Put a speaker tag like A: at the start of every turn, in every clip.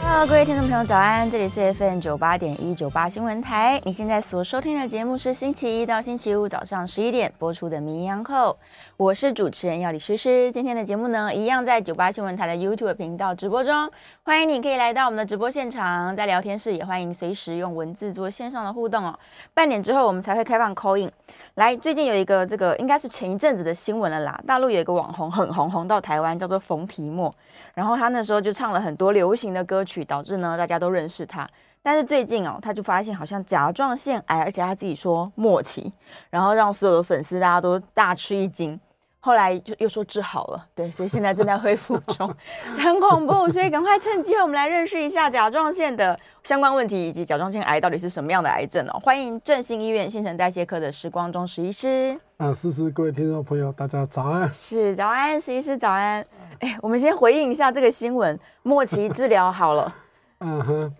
A: Hello，各位听众朋友，早安！这里是 FM 九八点一九八新闻台。你现在所收听的节目是星期一到星期五早上十一点播出的《名医央叩》，我是主持人要李诗诗。今天的节目呢，一样在九八新闻台的 YouTube 频道直播中，欢迎你可以来到我们的直播现场，在聊天室也欢迎随时用文字做线上的互动哦。半点之后我们才会开放 call in。来，最近有一个这个应该是前一阵子的新闻了啦，大陆有一个网红很红，红到台湾，叫做冯提莫。然后他那时候就唱了很多流行的歌曲，导致呢大家都认识他。但是最近哦，他就发现好像甲状腺癌，而且他自己说末期，然后让所有的粉丝大家都大吃一惊。后来就又说治好了，对，所以现在正在恢复中， 很恐怖。所以赶快趁机会我们来认识一下甲状腺的相关问题，以及甲状腺癌到底是什么样的癌症哦。欢迎振兴医院新陈代谢科的时光钟石医师。
B: 啊，思思，各位听众朋友，大家早安。
A: 是早安，石医师早安。哎，我们先回应一下这个新闻，末期治疗好 了，
B: 嗯哼，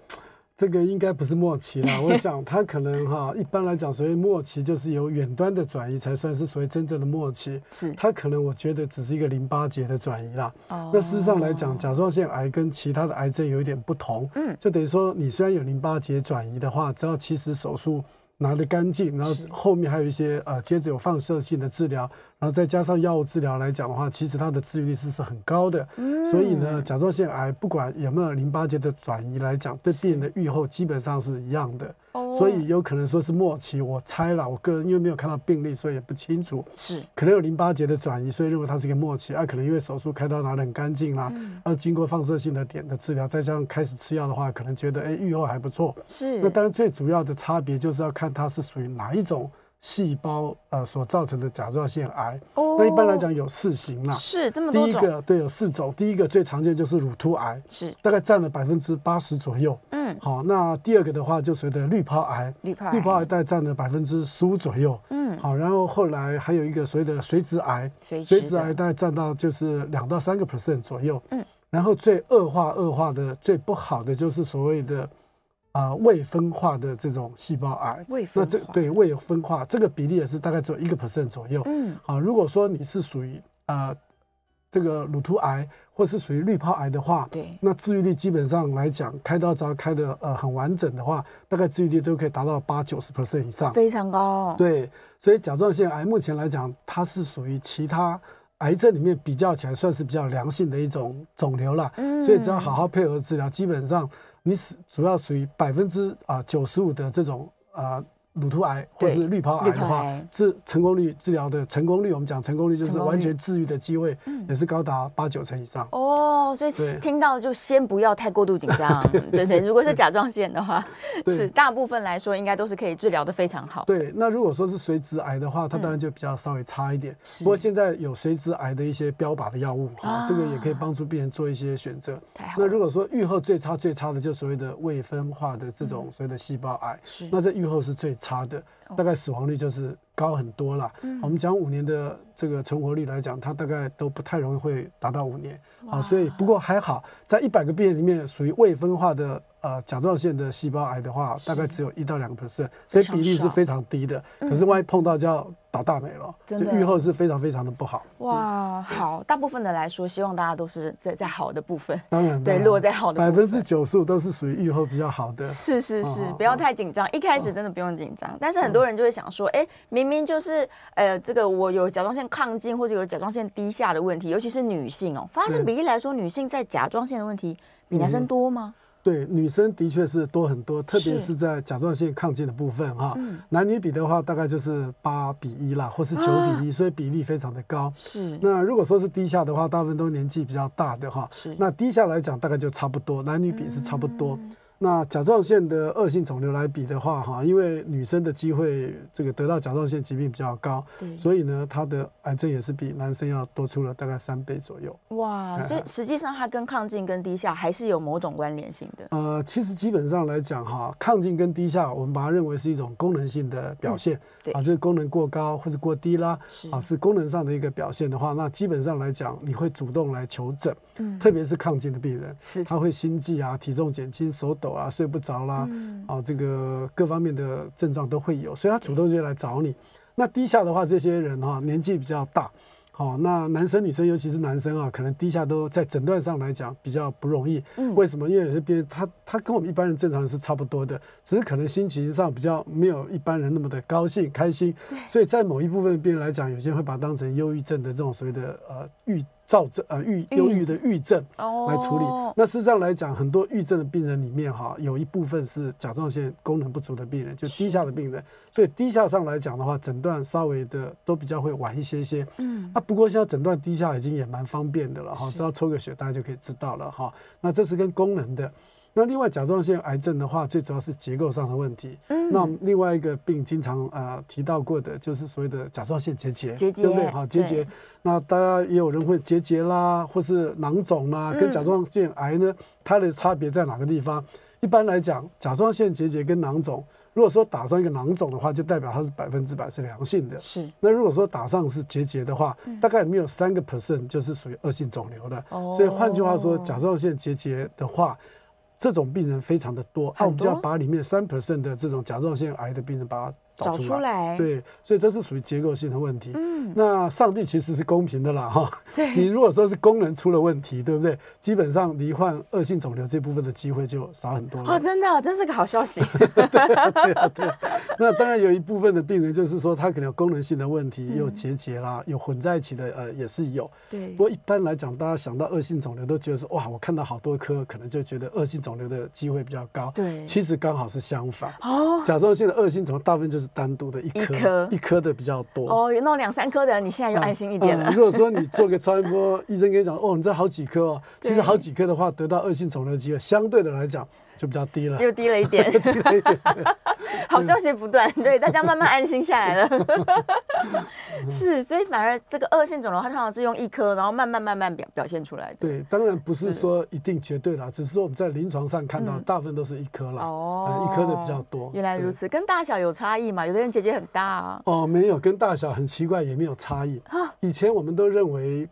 B: 这个应该不是末期啦，我想它可能哈，一般来讲，所谓末期就是由远端的转移才算是所谓真正的末期。
A: 是
B: 它可能我觉得只是一个淋巴结的转移啦。
A: 哦
B: 那事实上来讲，甲状腺癌跟其他的癌症有一点不同，
A: 嗯
B: 就等于说你虽然有淋巴结转移的话，只要其实手术拿得干净，然后
A: 是
B: 后面还有一些呃接着有放射性的治疗，然后再加上药物治疗来讲的话，其实它的治愈率是是很高的。
A: 嗯
B: 所以呢，甲状腺癌不管有没有淋巴结的转移来讲，对病人的预后基本上是一样的。
A: 哦
B: 所以有可能说是末期，我猜了，我个人因为没有看到病例，所以也不清楚。
A: 是
B: 可能有淋巴结的转移，所以认为它是一个末期。啊，可能因为手术开刀拿得很干净
A: 嗯
B: 啦，要、经过放射性的点的治疗，再加上开始吃药的话，可能觉得哎预后还不错。
A: 是
B: 那当然最主要的差别就是要看它是属于哪一种细胞呃所造成的甲状腺癌。
A: 哦
B: 那一般来讲有四型啦，
A: 是这么
B: 第
A: 多
B: 一
A: 种，
B: 个对有四种，第一个最常见就是乳突癌，
A: 是
B: 大概占了百分之八十左右。
A: 嗯，
B: 好，那第二个的话就随着滤泡癌，
A: 绿泡
B: 滤泡癌大概占了百分之十五左右。
A: 嗯，
B: 好，然后后来还有一个所谓的髓质癌，
A: 水
B: 髓
A: 质
B: 质癌大概占到就是两到三个 percent 左右。
A: 嗯，
B: 然后最恶化恶化的最不好的就是所谓的啊、呃未分化的这种细胞癌。
A: 未分
B: 那这
A: 化，
B: 对未分化这个比例也是大概只有一个 percent 左右。
A: 嗯
B: 好，如果说你是属于呃这个乳突癌或是属于滤泡癌的话，
A: 对
B: 那治愈率基本上来讲，开刀只要开的呃很完整的话，大概治愈率都可以达到八九十 percent 以上。
A: 非常高，哦
B: 对，所以甲状腺癌目前来讲，它是属于其他癌症里面比较起来算是比较良性的一种肿瘤啦。
A: 嗯
B: 所以只要好好配合治疗，基本上你是主要属于百分之啊九十五的这种啊乳突癌或
A: 对
B: 是滤泡癌
A: 滤
B: 的
A: 泡
B: 话
A: 癌，
B: 治成功率治疗的成功率，我们讲成功率就是
A: 成功率嗯
B: 完全治愈的机会，也是高达八九成以上。
A: 哦，所以
B: 对
A: 听到就先不要太过度紧 张，对对，如果是甲状腺的话，
B: 对
A: 是大部分来说应该都是可以治疗的非常好，
B: 对，那如果说是髓质癌的话，它
A: 嗯
B: 当然就比较稍微差一点。
A: 是
B: 不过现在有髓质癌的一些标靶的药物哈、
A: 啊
B: 这个也可以帮助病人做一些选择。
A: 太好
B: 那
A: 了，
B: 如果说愈后最差最差的，就所谓的未分化的这
A: 嗯
B: 种所谓的细胞癌，
A: 是
B: 那这愈后是最差的，
A: 哦
B: 大概死亡率就是高很多啦。
A: 嗯
B: 我们讲五年的这个存活率来讲，它大概都不太容易会达到五年啊。所以不过还好，在一百个病人里面，属于未分化的呃甲状腺的细胞癌的话，大概只有一到两个 percent，所
A: 非
B: 以
A: 常
B: 比例
A: 少嗯
B: 是非常低的。可是万一碰到就要倒大霉了，
A: 真
B: 就
A: 的
B: 愈后是非常非常的不好。
A: 哇，好，大部分的来说，希望大家都是在在好的部分，
B: 当然，
A: 对，落在好的
B: 嗯百
A: 部分
B: 分之九十五都是属于愈后比较好 的。
A: 是是是
B: 哦哦，
A: 不要太紧张，一开
B: 嗯
A: 始真的不用紧张。但是很多人就会想说，哎，明明就是呃，这个我有甲状腺亢进或者有甲状腺低下的问题，尤其是女性哦，发生
B: 对嗯
A: 比例来说，女性在甲状腺的问题比男生多吗？
B: 对，女生的确是多很多，特
A: 是
B: 别
A: 嗯
B: 是在甲状腺亢进的部分哈、男女比的话，大概就是八比一啦，或是九
A: 啊
B: 比一、所以比例非常的高。
A: 是
B: 那如果说是低下的话，大部分都年纪比较大的哈
A: 是。
B: 那低下来讲，大概就差不多，男女比是差不多。
A: 嗯
B: 那甲状腺的恶性肿瘤来比的话，哈，因为女生的机会这个得到甲状腺疾病比较高，
A: 对
B: 所以呢，她的癌症也是比男生要多出了大概三倍左右。嗯
A: 哇，所以实际上它跟亢进跟低下还是有某种关联性的。
B: 呃，其实基本上来讲哈，亢进跟低下，我们把它认为是一种功能性的表现，
A: 嗯对
B: 啊，就是功能过高或者过低啦，啊
A: 是
B: 啊，是功能上的一个表现的话，那基本上来讲，你会主动来求诊，
A: 嗯
B: 特别是亢进的病人，
A: 是
B: 他会心悸啊、体重减轻、手抖啊、睡不着啦、
A: 嗯
B: 啊，这个各方面的症状都会有，所以他主动就来找你。那低下的话，这些人哈、年纪比较大，好、那男生女生，尤其是男生啊，可能低下都在诊断上来讲比较不容易。
A: 嗯
B: 为什么？因为有些病人他他跟我们一般人正常人是差不多的，只是可能心情上比较没有一般人那么的高兴开心
A: 对，
B: 所以在某一部分的病人来讲，有些人会把它当成忧郁症的这种所谓的呃预兆症呃预
A: 郁
B: 忧郁的郁症。
A: 哦
B: 来处理。那事实上来讲，很多郁症的病人里面哈，有一部分是甲状腺功能不足的病人，就低下的病人。所以低下上来讲的话，诊断稍微的都比较会晚一些些。
A: 嗯
B: 啊，不过现在诊断低下已经也蛮方便的了哈，
A: 是
B: 只要抽个血大家就可以知道了哈。那这是跟功能的。那另外甲状腺癌症的话，最主要是结构上的问题。
A: 嗯
B: 那我们另外一个病经常呃提到过的，就是所谓的甲状腺结节，
A: 结节
B: 对不对？好，结
A: 对
B: 节。那大家也有人会结节啦，或是囊肿啦，
A: 嗯
B: 跟甲状腺癌呢，它的差别在哪个地方？一般来讲，甲状腺结节跟囊肿，如果说打上一个囊肿的话，就代表它是百分之百是良性的。
A: 是
B: 那如果说打上是结节的话，大概里面有三个 percent 就是属于恶性肿瘤的。
A: 嗯哦
B: 所以换句话说，甲状腺结节的话，这种病人非常的多，那、
A: 很
B: 我们就要
A: 多
B: 把里面三 percent 的这种甲状腺癌的病人把它
A: 找
B: 找
A: 出
B: 出来。
A: 来，，
B: 对，所以这是属于结构性的问题。
A: 嗯，
B: 那上帝其实是公平的啦，哈。你
A: 对，
B: 如果说是功能出了问题，对不对？基本上罹患恶性肿瘤这部分的机会就少很多了。
A: 哦，真的哦，真是个好消 息，
B: 那当然有一部分的病人就是说他可能有功能性的问题，也
A: 嗯
B: 有结节啦，有混在一起的，呃，也是有。
A: 对
B: 不，过一般来讲，大家想到恶性肿瘤都觉得说，哇，我看到好多颗，可能就觉得恶性肿瘤的机会比较高。
A: 对
B: 其实刚好是相反。
A: 哦
B: 甲状腺的恶性肿瘤大部分就是单独的一颗，
A: 一颗
B: 的比较多。
A: 哦，有那种两三颗的，你现在有安心一点
B: 嗯
A: 了
B: 嗯，如果说你做个超音波，医生跟你讲，哦，你这好几颗哦，其实
A: 对
B: 好几颗的话，得到恶性肿瘤的机会相对的来讲就比较低了。
A: 又低了一 点， 好消息不断，对大家慢慢安心下来 了。是，所以反而这个恶性肿瘤，它通常是用一颗，然后慢慢慢慢表表现出来的。
B: 对，当然不是
A: 是
B: 说一定绝对啦，只是说我们在临床上看到，
A: 嗯
B: 大部分都是一颗啦，
A: 哦
B: 呃，一颗的比较多。
A: 原来如
B: 对。
A: 此，跟大小有差异嘛？有的人结节很大啊，
B: 哦，没有，跟大小很奇怪，也没有差异。以前我们都认为，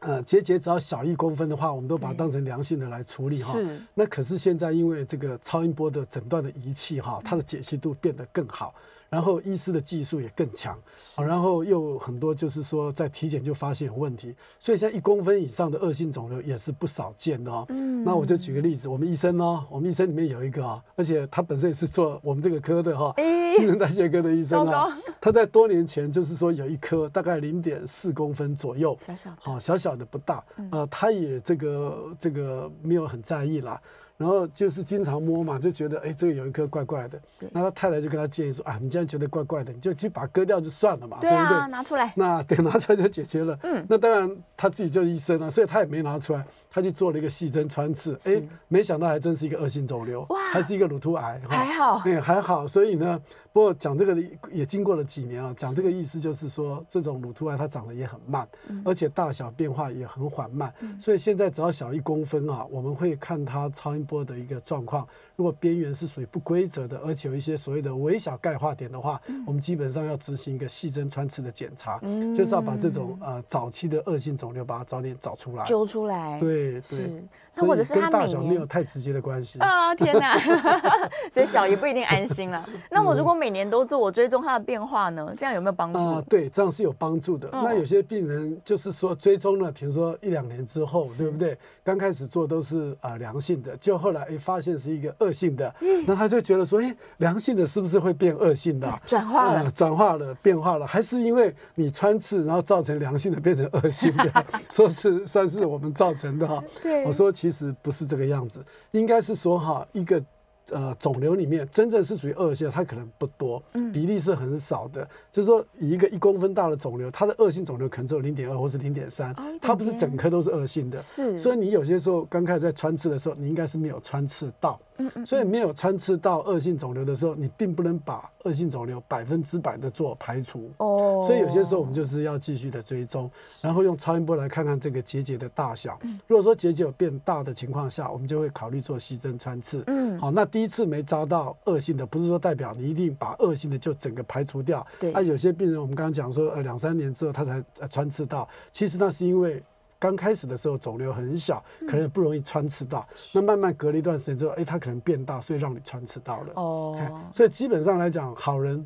B: 呃，结节只要小一公分的话，我们都把它
A: 对
B: 当成良性的来处理哈。
A: 是
B: 那可是现在因为这个超音波的诊断的仪器
A: 嗯
B: 哈，它的解析度变得更好，然后医师的技术也更强，啊然后又很多就是说在体检就发现有问题，所以现在一公分以上的恶性肿瘤也是不少见的哦。
A: 嗯
B: 那我就举个例子，我们医生哦，我们医生里面有一个啊、而且他本身也是做我们这个科的哈、啊
A: 咦
B: 新陈代谢科的医生
A: 糟
B: 啊，他在多年前就是说有一颗大概零点四公分左右，
A: 小小的
B: 好、哦小小的不大，
A: 嗯
B: 呃，他也这个这个没有很在意啦。然后就是经常摸嘛，就觉得哎，这个有一颗怪怪的
A: 对。
B: 那他太太就跟他建议说啊，你既然觉得怪怪的，你就去把它割掉就算了嘛，
A: 对
B: 不对
A: 啊，？拿出来，
B: 那对 拿出来就解决了。
A: 嗯
B: 那当然他自己就是医生啊，所以他也没拿出来，他去做了一个细针穿刺，
A: 是
B: 哎，没想到还真是一个恶性肿瘤，
A: 哇
B: 还是一个乳突癌，哈
A: 还好
B: 哎，还好。所以呢，不过讲这个的也经过了几年啊，讲这个意思就是说，这种乳突癌它长得也很慢，
A: 嗯
B: 而且大小变化也很缓慢，所以现在只要小一公分啊，我们会看它超音波的一个状况，如果边缘是属于不规则的，而且有一些所谓的微小钙化点的话，我们基本上要执行一个细针穿刺的检查，
A: 嗯
B: 就是要把这种呃早期的恶性肿瘤把它早点找出来。
A: 揪出来，，
B: 对对，
A: 是。那或者是
B: 所以
A: 他
B: 跟大
A: 每
B: 小没
A: 年
B: 有太直接的关系。
A: 啊、天 哪！所以小姨不一定安心了。那
B: 嗯
A: 我如果每年都做，我追踪它的变化呢？这样有没有帮助？
B: 啊、对，这样是有帮助的。
A: 嗯
B: 那有些病人就是说追踪了，比如说一两年之后，对不对？刚开始做都是呃良性的，就后来哎发现是一个恶性的，
A: 嗯
B: 那他就觉得说，哎，良性的是不是会变恶性的啊？
A: 转化了
B: 呃转化了，变化了，还是因为你穿刺，然后造成良性的变成恶性 的，说是算是我们造成的哈。
A: 对
B: 我说其实不是这个样子，应该是说哈，一个呃肿瘤里面真正是属于恶性的，它可能不多，
A: 嗯
B: 比例是很少的。就是说，以一个一公分大的肿瘤，它的恶性肿瘤可能只有零点二或是零点三
A: 0.3，
B: 它不是整颗都是恶性的。
A: 是，
B: 啊所以你有些时候刚开始在穿刺的时候，你应该是没有穿刺到，
A: 嗯嗯，
B: 所以没有穿刺到恶性肿瘤的时候，你并不能把恶性肿瘤百分之百的做排除。
A: 哦
B: 所以有些时候我们就是要继续的追踪，然后用超音波来看看这个结节的大小。
A: 嗯
B: 如果说结节有变大的情况下，我们就会考虑做细针穿刺。
A: 嗯
B: 好，那第一次没扎到恶性的，不是说代表你一定把恶性的就整个排除掉。
A: 对
B: 啊，有些病人我们刚刚讲说，呃，两三年之后他才呃穿刺到，其实那是因为刚开始的时候肿瘤很小，
A: 嗯
B: 可能不容易穿刺到。那慢慢隔了一段时间之后，哎，它可能变大，所以让你穿刺到了。哎
A: 哦，
B: 所以基本上来讲，好人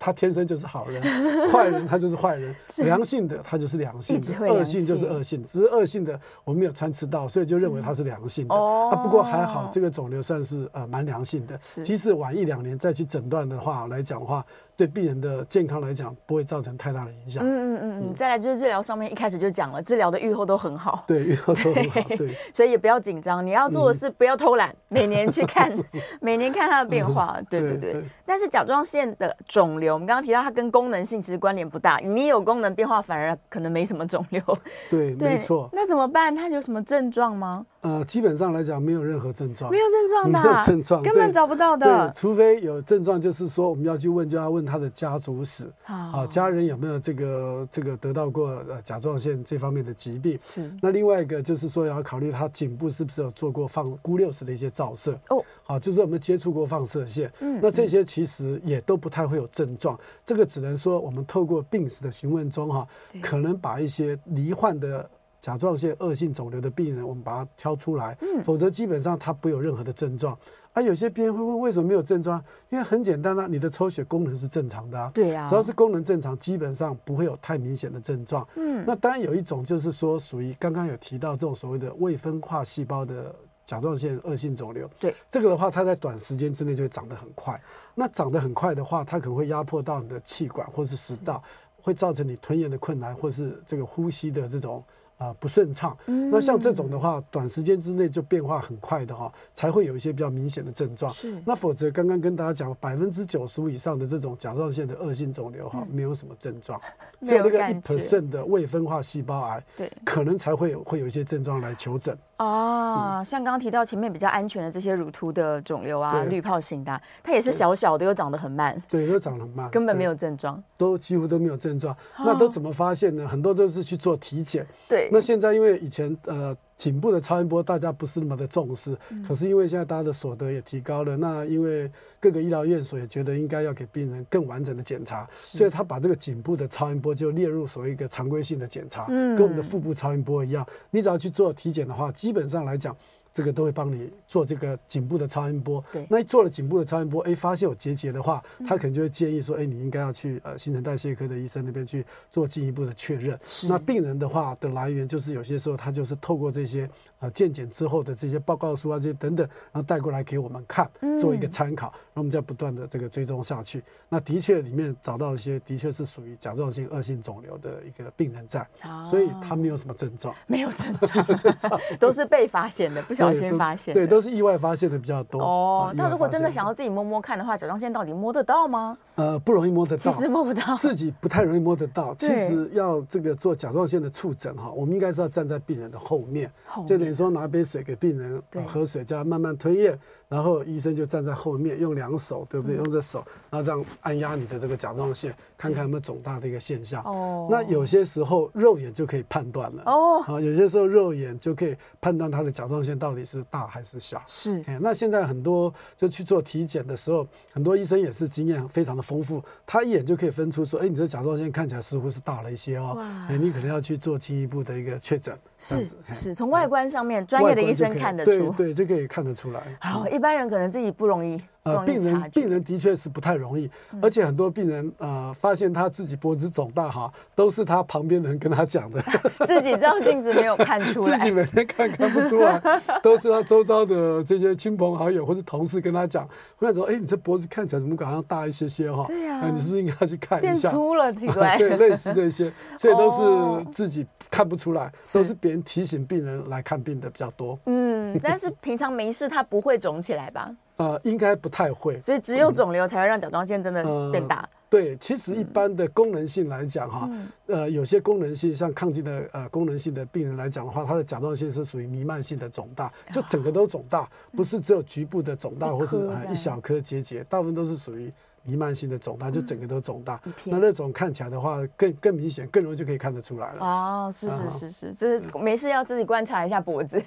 B: 他天生就是 好人，坏人他就是坏人，良性的他就是良性
A: 一直
B: 的，
A: 会
B: 恶
A: 良
B: 性就是恶性，只是恶性的我们没有穿刺到，所以就认为它是良性的。
A: 哦
B: 啊，不过还好，这个肿瘤算是呃蛮良性的。
A: 是
B: 即使晚一两年再去诊断的话来讲的话，对病人的健康来讲不会造成太大的影响。
A: 嗯嗯嗯嗯，再来就是治疗上面一开始就讲了，治疗的预后都很好，
B: 对，愈后都很好。 对，
A: 所以也不要紧张。你要
B: 嗯
A: 做的是不要偷懒，每年去 看，每年看它的变化。对对对。
B: 嗯对
A: 但是甲状腺的肿瘤，我们刚刚提到它跟功能性其实关联不大，你有功能变化反而可能没什么肿瘤。
B: 对，
A: 对，
B: 没错。
A: 那怎么办？它有什么症状吗？
B: 呃，基本上来讲没有任何症状
A: 没。有症状的啊，
B: 没有症状
A: 根本
B: 对
A: 找不到
B: 对，
A: 的。
B: 除非有症状，就是说我们要去问，就要问他的家族史，
A: 好
B: 啊，家人有没有这个这个得到过呃甲状腺这方面的疾病？
A: 是
B: 那另外一个就是说，也要考虑他颈部是不是有做过放钴六十的一些照射
A: 哦，
B: 好、就是我们接触过放射线，
A: 嗯
B: 那这些其实也都不太会有症状，这个只能说我们透过病史的询问中哈、
A: 对
B: 可能把一些罹患的甲状腺恶性肿瘤的病人，我们把它挑出来，
A: 嗯
B: 否则基本上他不会有任何的症状。啊，有些病人会问为什么没有症状？因为很简单啊，你的抽血功能是正常的啊，
A: 对啊，
B: 只要是功能正常，基本上不会有太明显的症状。
A: 嗯
B: 那当然有一种就是说，属于刚刚有提到这种所谓的未分化细胞的甲状腺恶性肿瘤。
A: 对，
B: 这个的话，它在短时间之内就会长得很快。那长得很快的话，它可能会压迫到你的气管或是食道，会造成你吞咽的困难，或是这个呼吸的这种。啊、不顺畅。
A: 嗯
B: 那像这种的话，短时间之内就变化很快的哈、才会有一些比较明显的症状。
A: 是
B: 那否则，刚刚跟大家讲，百分之九十五以上的这种甲状腺的恶性肿瘤哈，没有什么症状，
A: 嗯没
B: 只有
A: 有
B: 那个一
A: 感觉
B: percent 的未分化细胞癌，
A: 对
B: 可能才会有会有一些症状来求诊。
A: 啊，像刚刚提到前面比较安全的这些乳突的肿瘤啊，
B: 嗯对
A: 滤泡型的啊，它也是小小的，又长得很慢，
B: 对，都长得很慢，
A: 根本没有哦
B: 对，
A: 症状。
B: 都几乎都没有症状。那都怎么发现呢？很多都是去做体检。
A: 对
B: 那现在因为以前呃颈部的超音波大家不是那么的重视，
A: 嗯
B: 可是因为现在大家的所得也提高了，那因为各个医疗院所也觉得应该要给病人更完整的检查，所以他把这个颈部的超音波就列入所谓一个常规性的检查，
A: 嗯
B: 跟我们的腹部超音波一样，你只要去做体检的话，基本上来讲。这个都会帮你做这个颈部的超音波，
A: 对嗯
B: 那做了颈部的超音波，哎，发现有结节的话，他可能就会建议说，哎，你应该要去呃新陈代谢科的医生那边去做进一步的确认。
A: 是
B: 那病人的话的来源就是有些时候他就是透过这些呃健检之后的这些报告书啊这些等等，然后带过来给我们看，
A: 嗯
B: 做一个参考，然后我们再不断的这个追踪下去。那的确里面找到一些的确是属于甲状腺恶性肿瘤的一个病人在，所以他没有什么症状，
A: 没有症状， 都是被发现的，不小
B: 对
A: 心
B: 都
A: 发现的。
B: 对，都是意外发现的比较多。
A: 哦
B: 啊，
A: 那如果真的想，
B: 意
A: 要
B: 外
A: 自己摸摸看的话，甲状腺到底摸得到吗？
B: 发现呃不容易摸得
A: 其
B: 到，
A: 实摸不到。
B: 自己不太容易摸得到。其
A: 对
B: 实要这个做甲状腺的触诊哈，我们应该是要站在病人的后面
A: 后，面
B: 就等于说拿杯水给病人
A: 对
B: 呃喝水，这样慢慢吞咽，然后医生就站在后面，用两手，对
A: 嗯
B: 不对？用这手，然后这样按压你的这个甲状腺，看看有没有肿大的一个现象。
A: 哦
B: 那有些时候肉眼就可以判断了。
A: 哦，
B: 啊，有些时候肉眼就可以判断它的甲状腺到底是大还是小。
A: 是
B: 哎，那现在很多就去做体检的时候，很多医生也是经验非常的丰富，他一眼就可以分出说，哎，你这甲状腺看起来似乎是大了一些哦，哎，你可能要去做进一步的一个确诊。这样
A: 是
B: 子嘿
A: 是，从外观上面，专业的
B: 外观
A: 医
B: 就
A: 生
B: 可以
A: 看得
B: 对
A: 出。
B: 对，就可以看得出来。
A: 好，一般人可能自己不容易，不
B: 呃，
A: 容
B: 病
A: 易察
B: 人
A: 觉。嗯
B: 病人的确是不太容易，而且很多病人呃发现他自己脖子肿大哈，都是他旁边的人跟他讲的，
A: 自己照镜子没有看出
B: 自己
A: 来，
B: 每天看看不出 来，都是他周遭的这些亲朋好友或者同事跟他讲，忽然说，哎，你这脖子看起来怎么好像大一些些哈？
A: 对呀
B: 哎你是不是应该去看
A: 变
B: 一下？
A: 粗了，奇怪。
B: 对，类似这些，所以都
A: 哦
B: 是自己看不出来，
A: 是
B: 都是别人提醒病人来看病的比较多。
A: 嗯，但是平常没事，它不会肿起来吧？
B: 呃，应该不太会。
A: 所以只有肿瘤才会让甲状腺真的变大。
B: 呃
A: 嗯
B: 对，其实一般的功能性来讲哈，呃，有些功能性像亢进的呃功能性的病人来讲的话，他的甲状腺是属于弥漫性的肿大，就整个都肿大，不是只有局部的肿大
A: 啊嗯一
B: 或是
A: 颗
B: 呃
A: 这样
B: 一小颗结节，大部分都是属于。弥漫性的肿大，就整个都肿大。
A: 嗯一
B: 那
A: 片
B: 那种看起来的话，更更明显，更容易就可以看得出来了。
A: 哦，是是
B: 啊
A: 是是，就是没事要自己观察一下脖子，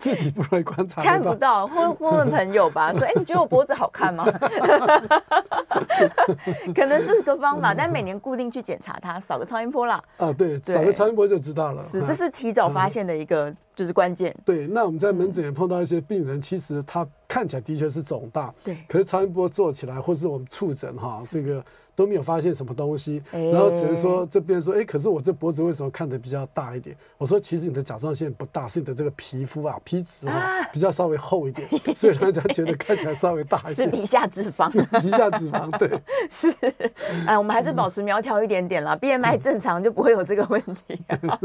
B: 自己不容易观 察
A: 看
B: 得
A: 不到，或问问朋友吧， 说，哎、你觉得我脖子好看吗？ 可能是个方法，但每年固定去检查它，扫个超音波啦。
B: 啊，对，
A: 对
B: 扫个超音波就知道了。
A: 是，
B: 啊
A: 这是提早发现的一个就是关键。
B: 对。那我们在
A: 嗯
B: 门诊也碰到一些病人，其实他看起来的确是肿大，
A: 对，
B: 可是超音波做起来，或是我们触诊哈，这个都没有发现什么东西，
A: 哎
B: 然后只能说这边说，哎，可是我这脖子为什么看得比较大一点？我说其实你的甲状腺不大，是你的这个皮肤啊皮脂啊比较稍微厚 一点，所以让人家觉得看起来稍微大一
A: 是
B: 点。
A: 皮 下脂肪。
B: 皮下脂肪，对，
A: 是，哎，我们还是保持苗条一点点啦，BMI
B: 嗯
A: 正常就不会有这个问题、 啊。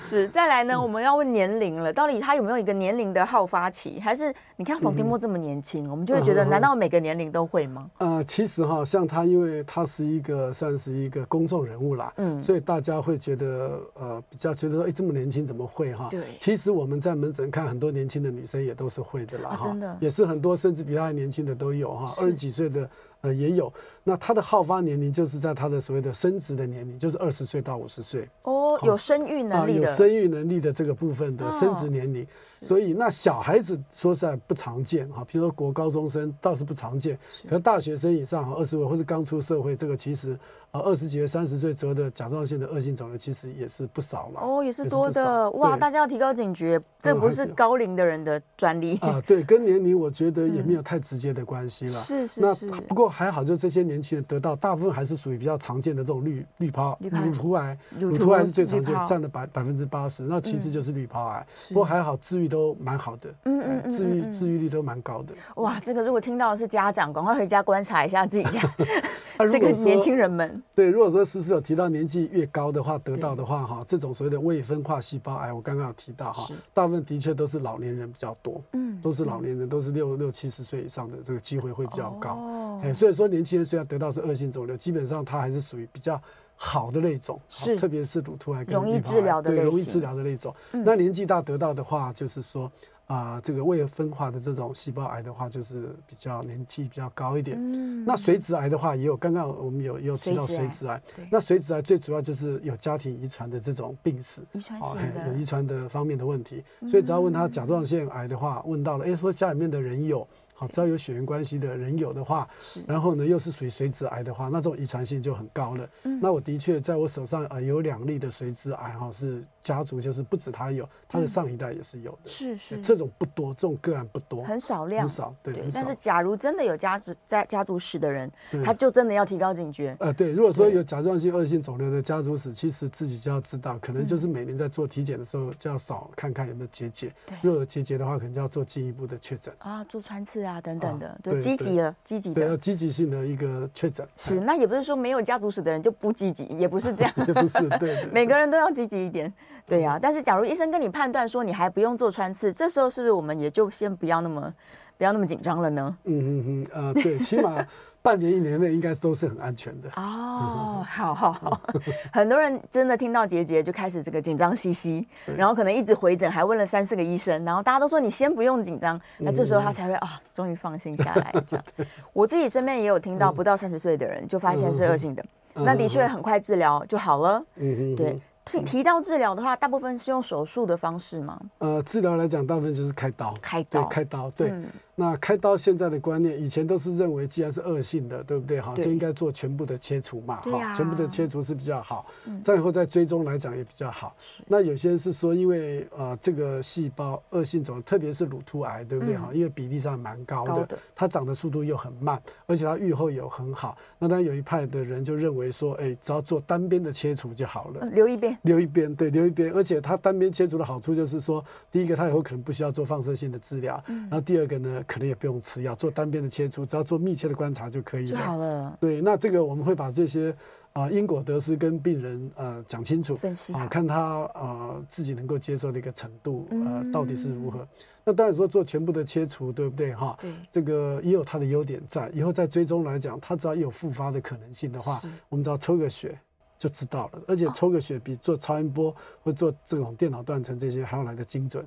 A: 是，再来呢，我们要问年龄了，到底他有没有一个年龄的好发期？还是你看黄天墨这么年轻，我们就会觉得，
B: 嗯
A: 难道每个年龄都会吗？
B: 呃，其实哈，像他，因为他是一个算是一个公众人物啦，
A: 嗯
B: 所以大家会觉得呃比较觉得说，哎，这么年轻怎么会哈？
A: 对
B: 其实我们在门诊看很多年轻的女生也都是会的啦，
A: 啊
B: 哈
A: 真的
B: 也是很多甚至比她还年轻的都有哈，
A: 是
B: 二十几岁的呃也有。那她的好发年龄就是在她的所谓的生殖的年龄，就是二十岁到五十岁
A: 哦，有生育能
B: 啊，
A: 力
B: 有
A: 的，
B: 生育能力的这个部分的生殖
A: 哦
B: 年龄。
A: 是
B: 所以那小孩子说实在不常见哈，比如说国高中生倒是不常见，
A: 是
B: 可是大学生以上哈，二十五或是刚出社会，这个其实呃二十几岁、三十岁左右的甲状腺的恶性肿瘤其实也是不少了。
A: 哦，也是
B: 也是
A: 多
B: 不
A: 的
B: 少
A: 哇！
B: 对
A: 大家要提高警觉，这
B: 嗯
A: 不
B: 还
A: 是
B: 是有
A: 高龄的人的专利，
B: 啊，对，跟年龄我觉得也没有太直接的关系了。
A: 嗯是是
B: 那
A: 是，
B: 不过还好，就这些年轻人得到大部分还是属于比较常见的这种绿绿泡、
A: 滤泡
B: 乳突癌、
A: 乳
B: 乳
A: 突
B: 突癌是最
A: 滤
B: 常见
A: 泡，嗯
B: 占了百百分之八十。那其次就是滤泡癌，
A: 是
B: 不过还好治愈都蛮好的，
A: 嗯嗯
B: 哎
A: 嗯
B: 治
A: 嗯嗯
B: 愈治愈率都蛮高的。
A: 哇！这个如果听到的是家长，赶快回家观察一下自己家
B: 那 如
A: 这个
B: 果
A: 年
B: 说
A: 轻人们
B: 对，如果说思思有提到年纪越高的话，得到的话哈，这种所谓的未分化细胞癌，我刚刚有提到哈
A: 是，
B: 大部分的确都是老年人比较多，
A: 嗯
B: 都是老年人，都是六六七十岁以上的这个机会会比较高。
A: 哦
B: 哎，所以说年轻人虽然得到是恶性肿瘤，基本上它还是属于比较好的那种，
A: 是
B: 特别是乳突癌跟
A: 容易
B: 淋巴
A: 治疗
B: 癌
A: 的
B: 对，
A: 类
B: 容易
A: 型嗯
B: 治疗的那种。那年纪大得到的话，就是说啊、这个未分化的这种细胞癌的话，就是比较年纪比较高一点。那髓质癌的话，也有刚刚我们有也有提到
A: 嗯髓质癌
B: 髓质癌
A: 对，
B: 那髓质癌最主要就是有家庭遗传的这种病史。
A: 遗传
B: 哦，
A: 型
B: 嘿有遗
A: 的，嗯
B: 传的方面的问题，所以只要问他甲状腺癌的话，问到了，诶，说家里面的人有，好，只要有血缘关系的人有的话，
A: 是
B: 然后呢又是属于髓质癌的话，那这种遗传性就很高了。
A: 嗯
B: 那我的确在我手上呃有两例的髓质癌哈，是家族就是不止他有，他的上一代也是有的，
A: 是嗯是，
B: 呃这种不多，这种个案不多，
A: 很少量，
B: 很少，对，
A: 对
B: 很。少
A: 但是。假如真的有家族在家族史的人，
B: 对
A: 他就真的要提高警觉。
B: 呃，对，如果说
A: 对
B: 有甲状腺恶性肿瘤的家族史，其实自己就要知道，可能就是每年在做体检的时候就要少看看有没有结节
A: 对。
B: 如果有结节的话，可能就要做进一步的确诊。
A: 啊，做穿刺啊等等
B: 啊
A: 的，对，
B: 对
A: 积极
B: 对
A: 了，积极
B: 对，要
A: 的，
B: 积极性的一个确诊。
A: 是。那也不是说没有家族史的人就不积极，也不是 这样，
B: 也不是， 对对。
A: 每个人都要积极一点，对
B: 嗯
A: 呀、但是假如医生跟你判断说你还不用做穿刺，这时候是不是我们也就先不要那么不要那么紧张了呢？
B: 嗯嗯嗯，呃，对，起码半年一年内应该都是很安全的。
A: 哦，好好好，
B: 嗯
A: 很多人真的听到结节就开始这个紧张兮兮，然后可能一直回诊，还问了三四个医生，然后大家都说你先不用紧张，那这时
B: 嗯
A: 候他才会啊，终于放心下来。 这样，我自己身边也有
B: 嗯
A: 听到不到三十岁的人就发现是恶性的，那的确很快治疗就好了。
B: 嗯嗯，
A: 对，提提到治疗的话，大部分是用手术的方式吗？
B: 呃，治疗来讲，大部分就是开刀。
A: 开
B: 对，
A: 刀？
B: 开刀。对，
A: 嗯
B: 那开刀现在的观念，以前都是认为既然是恶性的，对不对？哈，
A: 对
B: 就应该做全部的切除嘛，
A: 对呀嗯
B: 全部的切除是比较好。再以后在追踪来讲也比较好。
A: 是
B: 那有些人是说，因为呃这个细胞恶性肿瘤，特别是乳突癌，对不对哈、因为比例上蛮高的
A: 嗯高的
B: 它长的速度又很慢，而且它愈后有很好。那当然有一派的人就认为说，哎，只要做单边的切除就好了。
A: 呃留一边
B: 留一边，对，留一边，而且它单边切除的好处就是说，第一个它以后可能不需要做放射性的治疗，
A: 嗯
B: 然后第二个呢，可能也不用吃药，做单边的切除，只要做密切的观察就可以
A: 就
B: 了。
A: 好了，
B: 对，那这个我们会把这些啊、呃因果得失跟病人呃讲清楚，
A: 分析
B: 啊、
A: 好
B: 看他呃自己能够接受的一个程度，呃，
A: 嗯
B: 到底是如何。那当然说做全部的切除，对不对哈？
A: 对
B: 这个也有它的优点在，以后在追踪来讲，它只要有复发的可能性的话
A: 是，哦
B: 我们只要抽个血就知道了，而且抽个血比
A: 嗯
B: 做超音波或做这种电脑断层这些还要来得精准，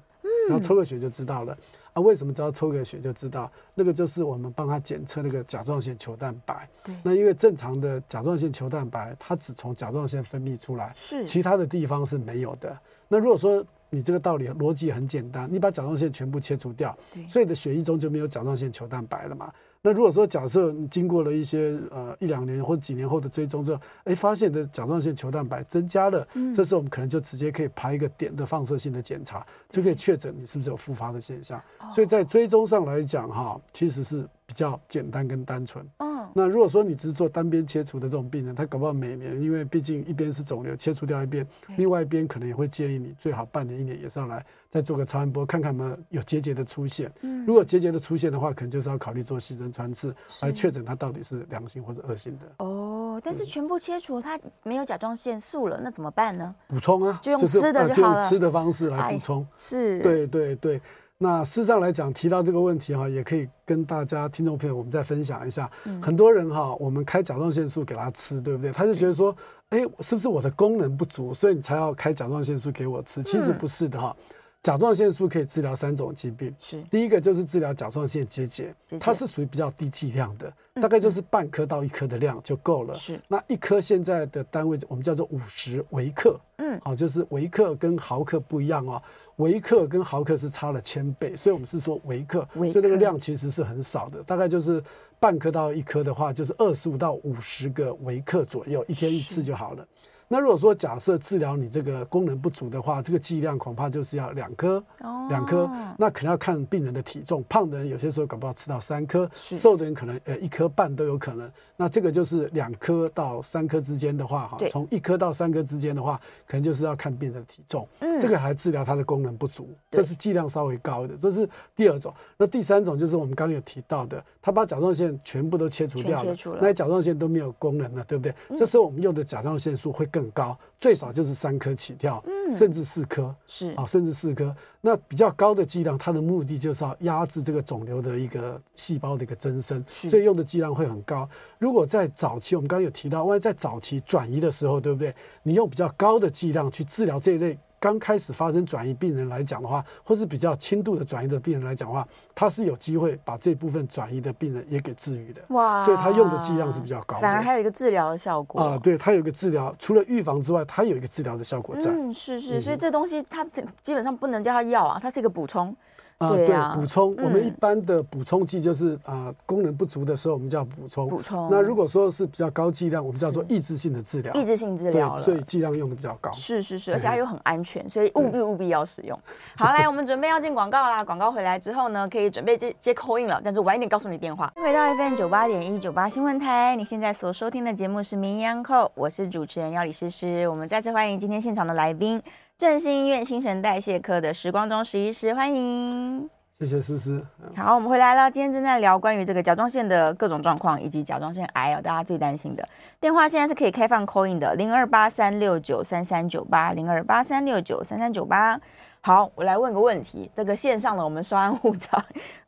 B: 然后抽个血就知道了。啊，为什么只要抽个血就知道？那个就是我们帮他检测那个甲状腺球蛋白。
A: 对
B: 那因为正常的甲状腺球蛋白，它只从甲状腺分泌出来，
A: 是
B: 其他的地方是没有的。那如果说你这个道理逻辑很简单，你把甲状腺全部切除掉，
A: 对
B: 所以你的血液中就没有甲状腺球蛋白了嘛。那如果说假设你经过了一些呃一两年或几年后的追踪之后，哎，发现你的甲状腺球蛋白增加了，
A: 嗯
B: 这时候我们可能就直接可以排一个点的放射性的检查，就可以确诊你是不是有复发的现象。
A: 哦
B: 所以在追踪上来讲哈，其实是比较简单跟单纯。
A: 嗯，
B: 那如果说你只是做单边切除的这种病人，他搞不好每年，因为毕竟一边是肿瘤切除掉一边，另外一边可能也会建议你最好半年一年也是要来再做个超音波，看看有没有有结节的出现。
A: 嗯
B: 如果结节的出现的话，可能就是要考虑做细针穿刺来确诊它到底是良性或者恶性的。
A: 哦，但是全部切除，它没有甲状腺素了，那怎么办呢？
B: 补充啊，
A: 就用
B: 是
A: 吃的
B: 呃
A: 就
B: 就用
A: 好了
B: 吃的方式来
A: 哎
B: 补充。
A: 是，
B: 对对对。那事实上来讲，提到这个问题哈、也可以跟大家听众朋友我们再分享一下。很多人哈、我们开甲状腺素给他吃，对不对？他就觉得说，哎，是不是我的功能不足，所以你才要开甲状腺素给我吃？其实不是的哈、甲状腺素可以治疗三种疾病，
A: 是
B: 第一个就是治疗甲状腺结节
A: 结节，
B: 它是属于比较低剂量的，大概就是半颗到一颗的量就够了。
A: 是，
B: 那一颗现在的单位我们叫做五十微克，
A: 嗯，
B: 好、就是微克跟毫克不一样哦，微克跟毫克是差了千倍，所以我们是说微克，
A: 微
B: 所以那
A: 克
B: 个量其实是很少的，大概就是半颗到一颗的话，就是二十五到五十个微克左右，一天一次就好了。那如果说假设治疗你这个功能不足的话，这个剂量恐怕就是要两颗，
A: 哦
B: 两颗，那可能要看病人的体重，胖的人有些时候搞不好吃到三颗，
A: 是
B: 瘦的人可能呃一颗半都有可能。那这个就是两颗到三颗之间的话，哈
A: 对，
B: 从一颗到三颗之间的话，可能就是要看病人的体重。
A: 嗯
B: 这个还治疗它的功能不足，
A: 对
B: 这是剂量稍微高的，这是第二种。那第三种就是我们刚刚有提到的，他把甲状腺全部都切除
A: 全
B: 掉
A: 切
B: 了
A: 除了，嗯
B: 那些甲状腺都没有功能了，对不对？这时候我们用的甲状腺素会更高，最少就是三颗起跳，
A: 嗯
B: 甚至四颗。
A: 是
B: 啊，甚至四颗。那比较高的剂量，它的目的就是要压制这个肿瘤的一个细胞的一个增生，
A: 是
B: 所以用的剂量会很高。如果在早期，我们刚刚有提到，万一在早期转移的时候，对不对？你用比较高的剂量去治疗这一类。刚开始发生转移病人来讲的话，或是比较轻度的转移的病人来讲的话，他是有机会把这部分转移的病人也给治愈的。
A: 哇
B: 所以它用的剂量是比较高的
A: 反而还有一个治疗的效果
B: 啊，。对，它有一个治疗，除了预防之外，它有一个治疗的效果在。
A: 嗯，是是，所以这东西它这基本上不能叫它药啊，它是一个补充。
B: 啊，
A: 对
B: 对
A: 啊，
B: 补充，我们一
A: 嗯
B: 般的补充剂就是啊、功能不足的时候我们叫补充。
A: 补充
B: 那如果说是比较高剂量，我们叫做
A: 是
B: 抑制性的治疗。
A: 抑制性治疗
B: 对，
A: 了。
B: 所以剂量用的比较高。
A: 是是是，而且它又很安全，所以务必务必要使用。好， 来，我们准备要进广告啦。广告回来之后呢，可以准备接接 call in 了，但是晚一点告诉你电话。回到 FM 九八点一九八新闻台，你现在所收听的节目是《名医安扣》，我是主持人要李诗诗。我们再次欢迎今天现场的来宾，振兴医院新陈代谢科的石光中石医师，欢迎。
B: 谢谢思思。
A: 好，我们回来了。今天正在聊关于这个甲状腺的各种状况，以及甲状腺癌哦，大家最担心的。电话现在是可以开放 call in 的，零二八三六九三三九八，零二八三六九三三九八。好，我来问个问题。这个线上的我们稍安勿躁。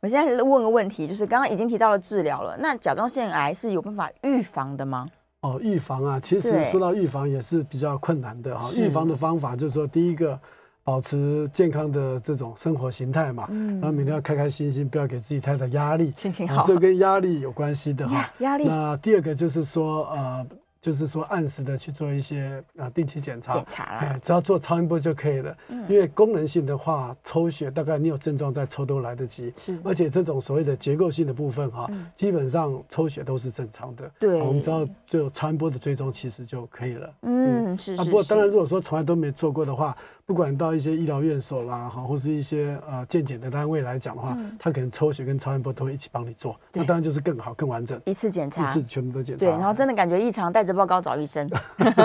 A: 我现在问个问题，就是刚刚已经提到了治疗了，那甲状腺癌是有办法预防的吗？
B: 哦，预防啊，其实
A: 对
B: 说到预防也是比较困难的哈、
A: 是
B: 预防的方法就是说，第一个，保持健康的这种生活形态嘛，
A: 嗯
B: 然后每天要开开心心，不要给自己太大压力。
A: 心情
B: 啊
A: 好
B: 这跟压力有关系的哈
A: 呀。压力
B: 那第二个就是说，呃，就是说按时的去做一些啊定期检查
A: 检。查啦
B: 哎，，只要做超音波就可以了，
A: 嗯
B: 因为功能性的话，抽血大概你有症状再抽都来得及。
A: 是
B: 而且这种所谓的结构性的部分哈、基本上抽血都是正常的。
A: 嗯对
B: 啊我们只要做超音波的追踪其实就可以了。
A: 嗯，是是
B: 啊，
A: 是。
B: 不过当然，如果说从来都没做过的话，不管到一些医疗院所啦，哈，或是一些呃健检的单位来讲的话，他可能抽血跟超音波都会一起帮你做，那
A: 嗯对
B: 当然就是更好、更完整，
A: 一次检
B: 一
A: 查
B: 次全部都检查。
A: 对，然后真的感觉异常，带着报告找医 生。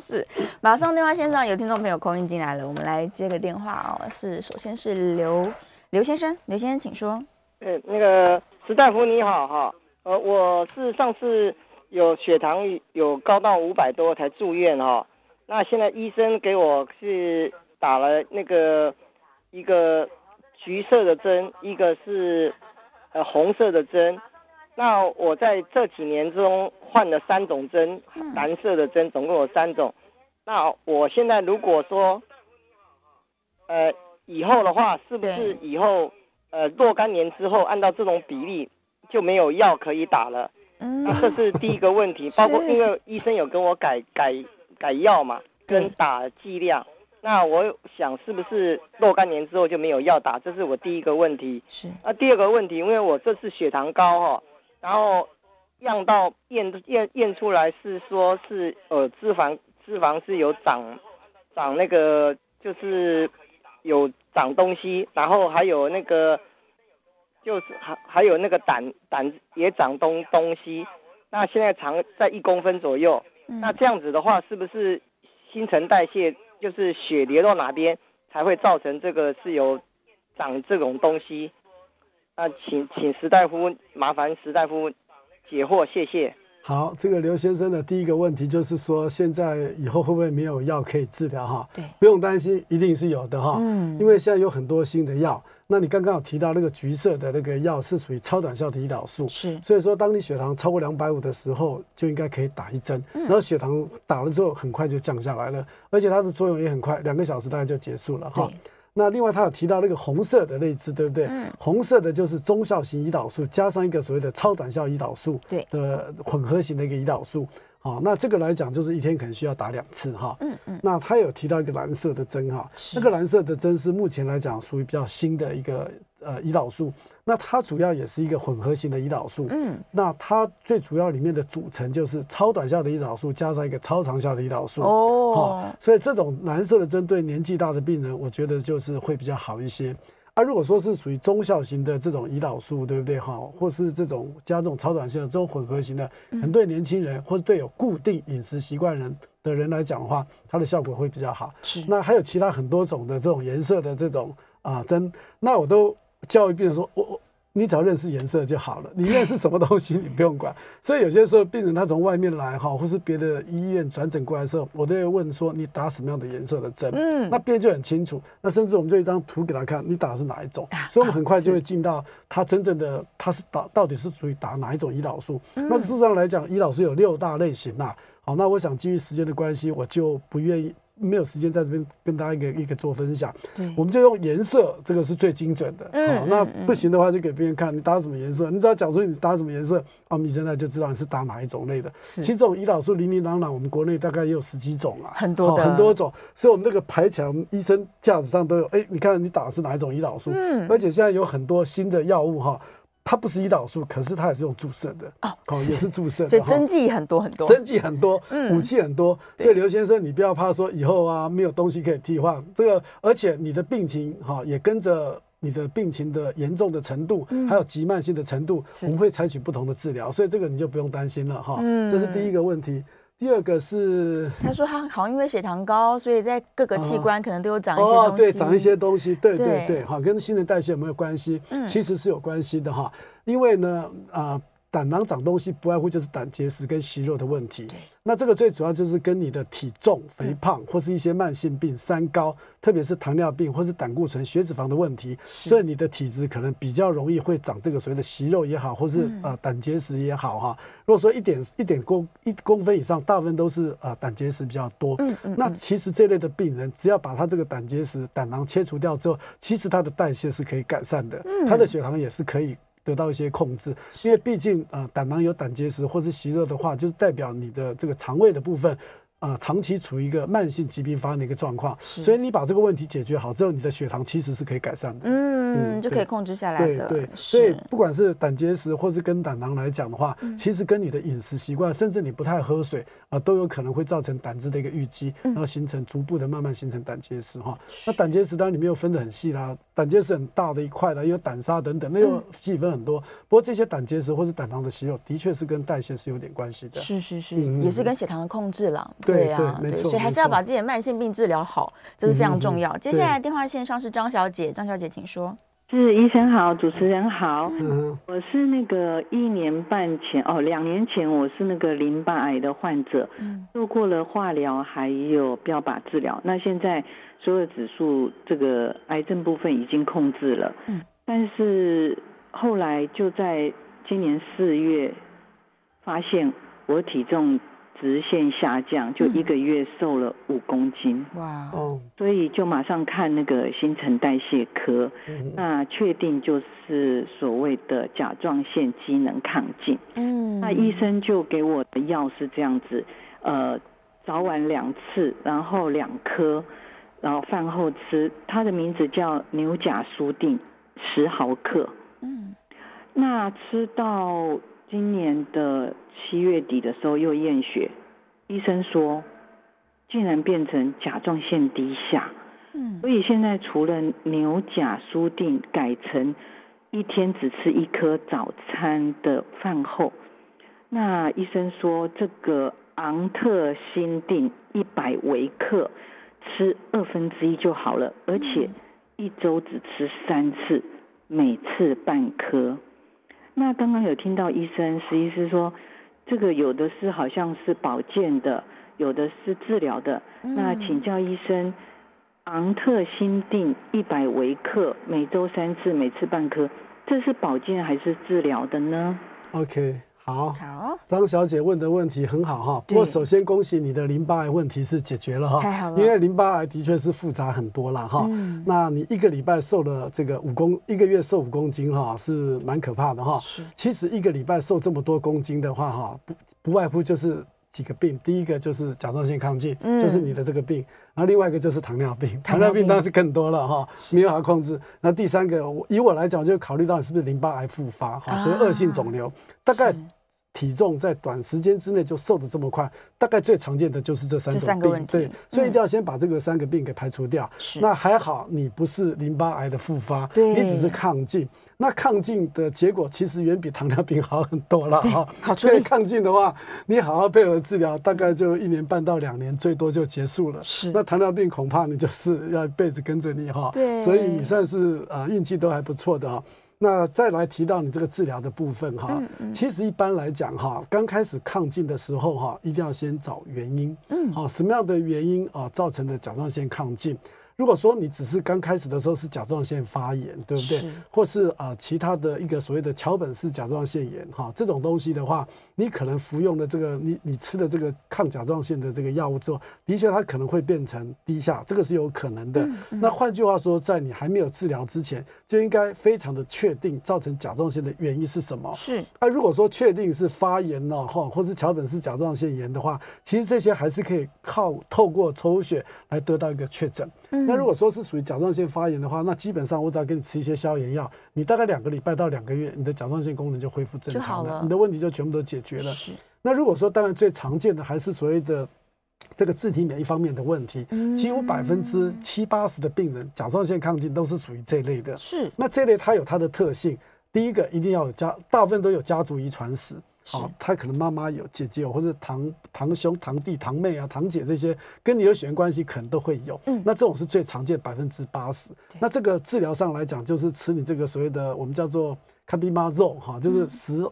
A: 是，马上电话线上有听众朋友空音进来了，我们来接个电话哦。是，首先是刘刘先生，刘先生请说。
C: 嗯，那个石大夫你好哈，呃，我是上次有血糖有高到五百多才住院哈，那现在医生给我是打了那个一个橘色的针，一个是呃红色的针。那我在这几年中换了三种针，蓝色的针总共有三种。那我现在如果说，呃，以后的话，是不是以后呃若干年之后，按照这种比例就没有药可以打了。
A: 嗯
C: 那、
B: 啊
C: 这是第一个问题，包括因为医生有跟我改改改药嘛，跟
A: 对
C: 打剂量。那我想是不是若干年之后就没有药打？这是我第一个问题。
A: 是
C: 那第二个问题，因为我这次血糖高哈、然后样到验验验出来是说是呃脂肪脂肪是有长长那个就是有长东西，然后还有那个就是还还有那个胆胆也长东东西，那现在长在一公分左右，
A: 嗯
C: 那这样子的话是不是新陈代谢就是血流到哪边才会造成这个是有长这种东西？那请请石大夫麻烦石大夫解惑，谢谢。
B: 好，这个刘先生的第一个问题就是说，现在以后会不会没有药可以治疗哈？
A: 对，
B: 不用担心，一定是有的哈。
A: 嗯
B: 因为现在有很多新的药，那你刚刚有提到那个橘色的那个药是属于超短效的胰岛素，
A: 是
B: 所以说当你血糖超过两百五的时候，就应该可以打一针，
A: 嗯
B: 然后血糖打了之后很快就降下来了，而且它的作用也很快，两个小时大概就结束了哈
A: 对。
B: 那另外他有提到那个红色的那一支，对不对？
A: 嗯
B: 红色的就是中效型胰岛素加上一个所谓的超短效胰岛素，
A: 对
B: 的混合型的一个胰岛素。好，那这个来讲就是一天可能需要打两次哈。
A: 嗯嗯
B: 那他有提到一个蓝色的针哈，
A: 是
B: 那个蓝色的针是目前来讲属于比较新的一个呃胰岛素，那它主要也是一个混合型的胰岛素。
A: 嗯
B: 那它最主要里面的组成就是超短效的胰岛素加上一个超长效的胰岛素。
A: 哦
B: 哦，，所以这种蓝色的针对年纪大的病人，我觉得就是会比较好一些。啊，如果说是属于中效型的这种胰岛素，对不对哈？或是这种加这种超短效的这种混合型的，
A: 嗯
B: 可能对年轻人或者对有固定饮食习惯人的人来讲的话，它的效果会比较好。
A: 是
B: 那还有其他很多种的这种颜色的这种啊针，那我都教育病人说，我我你只要认识颜色就好了，你认识什么东西你不用管。所以有些时候病人他从外面来哈，或是别的医院转诊过来的时候，我都会问说你打什么样的颜色的针，
A: 嗯
B: 那病人就很清楚。那甚至我们就一张图给他看，你打的是哪一种
A: 啊，
B: 所以我们很快
A: 是
B: 就会进到他真正的他是打到底是属于打哪一种胰岛素。那事实上来讲，胰岛素有六大类型啊。好，那我想基于时间的关系，我就不愿意没有时间在这边跟大家一个一个做分享。
A: 对
B: 我们就用颜色，这个是最精准的。
A: 嗯
B: 好，
A: 嗯
B: 那
A: 嗯
B: 不行的话就给别人看你打什么颜色，你只要讲出你打什么颜色，啊，我们现在就知道你是打哪一种类的。
A: 是
B: 其实这种胰岛素零零琅琅，我们国内大概也有十几种啊，
A: 很多
B: 好
A: 的
B: 很多种，所以我们那个牌墙医生架子上都有。哎，你看你打的是哪一种胰岛素？
A: 嗯
B: 而且现在有很多新的药物哈，它不是胰岛素，可是它也是用注射的
A: 哦是
B: 也是注射的哈，
A: 所以针剂很多很多，
B: 针剂很多，
A: 嗯
B: 武器很多，所以刘先生，你不要怕说以后啊没有东西可以替换
A: 嗯
B: 这个，而且你的病情哈、也跟着。你的病情的严重的程度，还有急慢性的程度，
A: 嗯是
B: 我们会采取不同的治疗，所以这个你就不用担心了哈。
A: 嗯
B: 这是第一个问题。第二个是
A: 他说他好像因为血糖高，所以在各个器官可能都有长一些东
B: 哦，
A: 西。
B: 啊对，长一些东西，对对
A: 对
B: 对，哈，跟新陈代谢有没有关系？
A: 嗯
B: 其实是有关系的哈，因为呢，啊、胆囊长东西不外乎就是胆结石跟息肉的问题
A: 对。嗯
B: 那这个最主要就是跟你的体重、肥胖或是一些慢性病、三高，特别是糖尿病或是胆固醇、血脂肪的问题，
A: 是
B: 所以你的体质可能比较容易会长这个所谓的息肉也好，或是
A: 嗯
B: 呃胆结石也好哈。如果说一点一点公一公分以上，大部分都是呃胆结石比较多。
A: 嗯嗯
B: 那其实这类的病人，只要把他这个胆结石、胆囊切除掉之后，其实他的代谢是可以改善的，
A: 嗯
B: 他的血糖也是可以。得到一些控制，因为毕竟呃胆囊有胆结石或是息肉的话，就是代表你的这个肠胃的部分，呃长期处于一个慢性疾病发生的一个状况，
A: 是
B: 所以你把这个问题解决好之后，你的血糖其实是可以改善的。
A: 嗯，
B: 嗯
A: 就可以控制下来
B: 对
A: 的。
B: 对，所以
A: 是嗯
B: 不管是胆结石或是跟胆囊来讲的话，其实跟你的饮食习惯，甚至你不太喝水啊、都有可能会造成胆汁的一个淤积，
A: 嗯
B: 然后形成逐步的慢慢形成胆结石哈。那胆结石当然里面又分得很细啦，胆结石很大的一块啦，也有胆砂等等，
A: 嗯
B: 那又细分很多。不过这些胆结石或是胆囊的息肉，的确是跟代谢是有点关系的。
A: 是是是，
B: 嗯嗯
A: 也是跟血糖的控制啦。
B: 对
A: 呀、
B: 对没错
A: 所以还是要
B: 没错嗯
A: 把自己的慢性病治疗好，这是非常重要。接下
B: 对
A: 来电话线上是张小姐，张小姐请说。
D: 是医生好，主持人好，
B: 嗯，
D: 我是那个一年半前哦，两年前我是那个淋巴癌的患者，
A: 嗯，
D: 做过了化疗还有标靶治疗，那现在所有指数这个癌症部分已经控制了，
A: 嗯，
D: 但是后来就在今年四月发现我体重直线下降，就一个月瘦了五公斤，
A: 嗯哇，
B: 哦，
D: 所以就马上看那个新陈代谢科，
B: 嗯
D: 那确定就是所谓的甲状腺机能亢进。
A: 嗯，
D: 那医生就给我的药是这样子，呃，早晚两次，然后两颗，然后饭后吃。它的名字叫牛甲舒定，十毫克。
A: 嗯，
D: 那吃到今年的七月底的时候又验血，医生说竟然变成甲状腺低下，
A: 嗯
D: 所以现在除了牛甲舒定改成一天只吃一颗早餐的饭后，那医生说这个昂特新定一百微克吃二分之一就好了，而且一周只吃三次，每次半颗。那刚刚有听到医生，实际是说这个有的是好像是保健的，有的是治疗的。那请教医生，昂特新定一百微克，每周三次，每次半颗，这是保健还是治疗的呢？
B: ，OK，好。
A: 好，
B: 张小姐问的问题很好哈，不过
A: 对
B: 首先恭喜你的淋巴癌问题是解决了哈，
A: 太好了
B: 因为淋巴癌的确是复杂很多啦哈。
A: 嗯
B: 那你一个礼拜瘦了这个五公，一个月瘦五公斤哈，是蛮可怕的哈。
A: 是，
B: 其实一个礼拜瘦这么多公斤的话哈，不不外乎就是几个病，第一个就是甲状腺亢进，
A: 嗯
B: 就是你的这个病，然后另外一个就是糖尿病，
A: 糖
B: 糖
A: 尿
B: 尿
A: 病
B: 病当然是更多了哈，没有办法控制。那第三个，我以我来讲，就考虑到你是不是淋巴癌复发哈，
A: 啊
B: 所以恶性肿瘤，大概
A: 是
B: 体重在短时间之内就瘦得这么快，大概最常见的就是这三
A: 这
B: 种
A: 三个
B: 病，
A: 问题
B: 对，所以
A: 嗯
B: 一定要先把这个三个病给排除掉。
A: 是
B: 那还好，你不是淋巴癌的复发，
A: 对
B: 你只是亢进。那亢进的结果其实远比糖尿病好很多了哈。
A: 好处
B: 所以
A: 理，
B: 亢进的话，你好好配合治疗，大概就一年半到两年，最多就结束了。
A: 是
B: 那糖尿病恐怕你就是要一辈子跟着你哈。
A: 对
B: 所以你算是呃运气都还不错的哈。那再来提到你这个治疗的部分哈，
A: 嗯
B: 其实一般来讲哈，刚开始亢进的时候哈，一定要先找原因。
A: 嗯
B: 好、什么样的原因啊、造成的甲状腺亢进？如果说你只是刚开始的时候是甲状腺发炎，对不对
A: 是？
B: 或是啊、呃其他的一个所谓的桥本氏甲状腺炎哈、这种东西的话，你可能服用的这个你你吃的这个抗甲状腺的这个药物之后，的确它可能会变成低下，这个是有可能的。那换句话说，在你还没有治疗之前，就应该非常的确定造成甲状腺的原因是什么。
A: 是
B: 那、啊如果说确定是发炎了哈，或是桥本氏甲状腺炎的话，其实这些还是可以靠透过抽血来得到一个确诊。
A: 嗯
B: 那如果说是属于甲状腺发炎的话，那基本上我只要给你吃一些消炎药，你大概两个礼拜到两个月，你的甲状腺功能就恢复正
A: 就好
B: 常了，
A: 了
B: 你的问题就全部都解决了。
A: 是
B: 那如果说当然最常见的还是所谓的这个自体免疫方面的问题，
A: 嗯
B: 几乎百分之七八十的病人甲状腺亢进都是属于这类的。
A: 是
B: 那这类它有它的特性，第一个一定要有家，大部分都有家族遗传史。好、他可能妈妈有，姐姐有，或者堂堂兄、堂弟、堂妹啊、堂姐这些，跟你有血缘关系，可能都会有。
A: 嗯
B: 那这种是最常见，百分之八十。那这个治疗上来讲，就是吃你这个所谓的我们叫做 c a p i m a z o 哈，就是十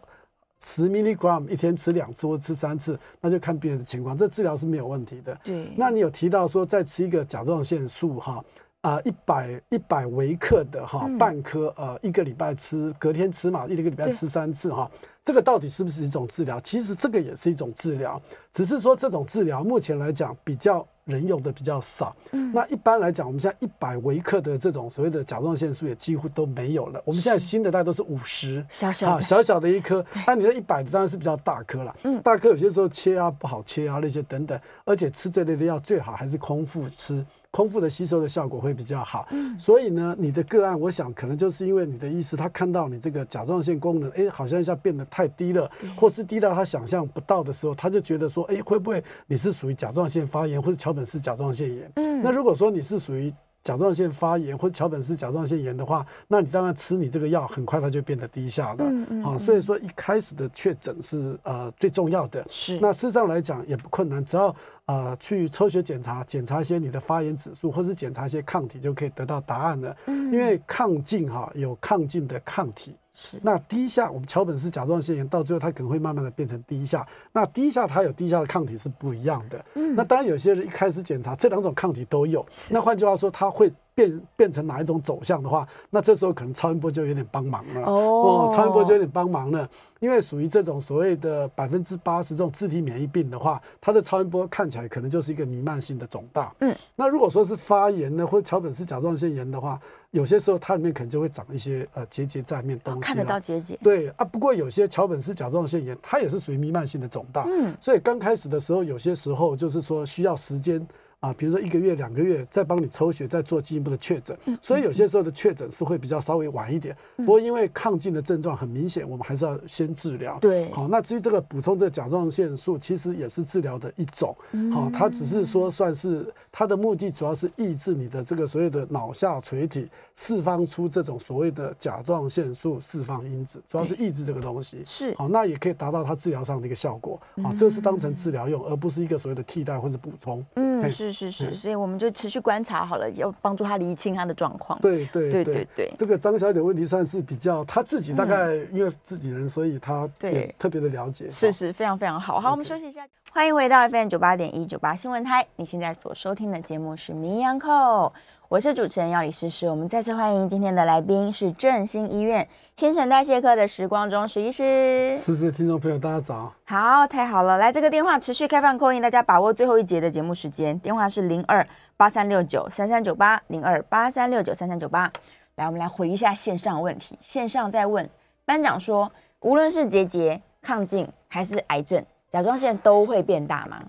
B: 十 milligram 一天吃两次或吃三次，那就看病人的情况，这治疗是没有问题的。
A: 对，
B: 那你有提到说再吃一个甲状腺素哈，啊一百一百微克的哈，半颗呃一个礼拜吃，隔天吃嘛，一个礼拜
A: 嗯对
B: 吃三次哈，这个到底是不是一种治疗？其实这个也是一种治疗，只是说这种治疗目前来讲比较。人用的比较少，
A: 嗯
B: 那一般来讲，我们现在一百微克的这种所谓的甲状腺素也几乎都没有了。我们现在新的大概都是五十，
A: 小小
B: 啊、
A: 的
B: 小小的一颗，那、你的一百当然是比较大颗了。
A: 嗯
B: 大颗有些时候切啊不好切啊那些等等，而且吃这类的药最好还是空腹吃，空腹的吸收的效果会比较好。嗯，所以呢，你的个案，我想可能就是因为你的医师他看到你这个甲状腺功能，哎，好像一下变得太低了，或是低到他想象不到的时候，他就觉得说，哎，会不会你是属于甲状腺发炎或者桥本氏甲状腺炎？
A: 嗯
B: 那如果说你是属于甲状腺发炎或桥本氏甲状腺炎的话，那你当然吃你这个药，很快它就变得低下了。
A: 嗯嗯
B: 好、所以说一开始的确诊是呃最重要的。
A: 是
B: 那事实上来讲也不困难，只要呃去抽血检查，检查一些你的发炎指数，或是检查一些抗体，就可以得到答案了。
A: 嗯
B: 因为亢进哈、有亢进的抗体，
A: 是
B: 那低下，我们桥本氏甲状腺炎到最后它可能会慢慢的变成低下。那低下它有低下的抗体是不一样的。那当然有些人一开始检查这两种抗体都有，那换句话说，它会变变成哪一种走向的话，那这时候可能超音波就有点帮忙了。
A: 哦
B: 超音波就有点帮忙了，因为属于这种所谓的百分之八十这种自体免疫病的话，它的超音波看起来可能就是一个弥漫性的肿大。
A: 嗯，
B: 那如果说是发炎呢，或者桥本氏甲状腺炎的话，有些时候它里面可能就会长一些呃结节在里面东西、
A: 哦看得到。结节，
B: 对啊，不过有些桥本氏甲状腺炎，它也是属于弥漫性的肿大。
A: 嗯，
B: 所以刚开始的时候，有些时候就是说需要时间啊，比如说一个月、两个月，再帮你抽血，再做进一步的确诊。所以有些时候的确诊是会比较稍微晚一点。不过因为亢进的症状很明显，我们还是要先治疗。
A: 对
B: 好，那至于这个补充这个甲状腺素，其实也是治疗的一种。好，它只是说算是它的目的主要是抑制你的这个所谓的脑下垂体释放出这种所谓的甲状腺素释放因子，主要是抑制这个东西。
A: 是
B: 好，那也可以达到它治疗上的一个效果。好，这是当成治疗用，而不是一个所谓的替代或者补充。
A: 嗯，
B: 嘿
A: 是是是，
B: 嗯
A: 所以我们就持续观察好了，要帮助他厘清他的状况。
B: 对对
A: 对
B: 对
A: 对对
B: 这个张小姐问题算是比较她自己大概因为自己人，所以她
A: 对
B: 也特别的了解。
A: 是
B: 好
A: 是非常非常好。好，我们休息一下。欢迎回到 FM 九八点一九八新闻台，你现在所收听的节目是《名医央叩》，我是主持人药理诗诗。我们再次欢迎今天的来宾是振兴医院新陈代谢科的时光钟石医师。
B: 思思听众朋友，大家早。
A: 好，太好了！来，这个电话持续开放扣印，大家把握最后一节的节目时间，电话是零二八三六九三三九八零二八三六九三三九八。来，我们来回一下线上问题，线上在问班长说，无论是结节、亢进还是癌症，甲状腺都会变大吗？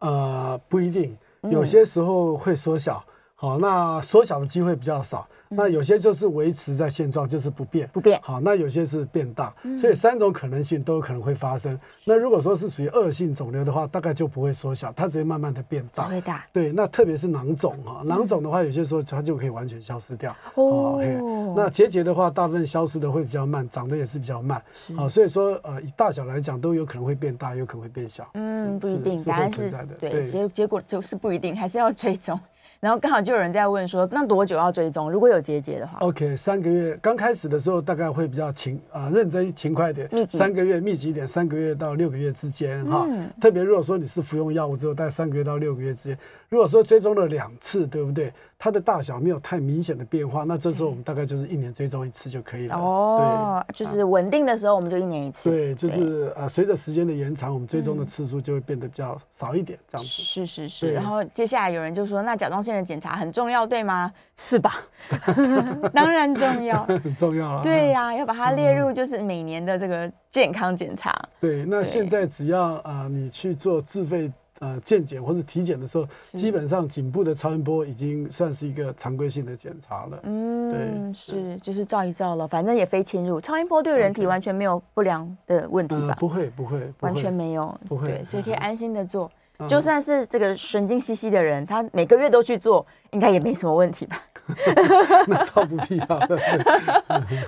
B: 呃，不一定，
A: 嗯
B: 有些时候会缩小。好，那缩小的机会比较少。
A: 嗯
B: 那有些就是维持在现状，就是不变。
A: 不变，
B: 好，那有些是变大，所以三种可能性都有可能会发生。那如果说是属于恶性肿瘤的话，大概就不会缩小，它只会慢慢的变
A: 只
B: 大。
A: 会大
B: 对，那特别是囊肿哈，囊肿的话，有些时候它就可以完全消失掉。哦嘿
A: 哦
B: 那结节的话，大部分消失的会比较慢，长得也是比较慢。
A: 是
B: 啊，所以说呃，以大小来讲，都有可能会变大，有可能会变小。
A: 嗯，不一
B: 是
A: 定，
B: 是
A: 答
B: 会
A: 案
B: 存
A: 是
B: 在的
A: 对，
B: 对
A: 结结果就是不一定，还是要追踪。然后刚好就有人在问说，那多久要追踪？如果有结节的话，
B: OK，三个月刚开始的时候大概会比较勤啊、认真勤快一点，
A: 密集
B: 三个月密集一点，三个月到六个月之间哈。
A: 嗯
B: 特别如果说你是服用药物之后，大概三个月到六个月之间，如果说追踪了两次，对不对？它的大小没有太明显的变化，那这时候我们大概就是一年追踪一次就可以了。
A: 哦，就是稳定的时候我们就一年一次。
B: 啊对，对，就是呃，随着时间的延长，我们追踪的次数就会变得比较少一点，这样
A: 嗯
B: 子。
A: 是是是。
B: 对
A: 然后接下来有人就说，那甲状腺的检查很重要，对吗？是吧？ 当然重要。
B: 很重要啊。
A: 对呀、要把它列入就是每年的这个健康检查。
B: 对，那
A: 对
B: 现在只要呃你去做自费呃健检或者体检的时候，基本上颈部的超音波已经算是一个常规性的检查了。
A: 嗯，
B: 对
A: 是，就是照一照了，反正也非侵入，超音波对人体完全没有不良的问题
B: 呃
A: 吧，？
B: 不会不会，不
A: 完
B: 会
A: 全没有，
B: 不会
A: 对，所以可以
B: 嗯
A: 安心的做。
B: 嗯
A: 就算是这个神经兮兮的人，他每个月都去做，应该也没什么问题吧？
B: 那倒不必要了。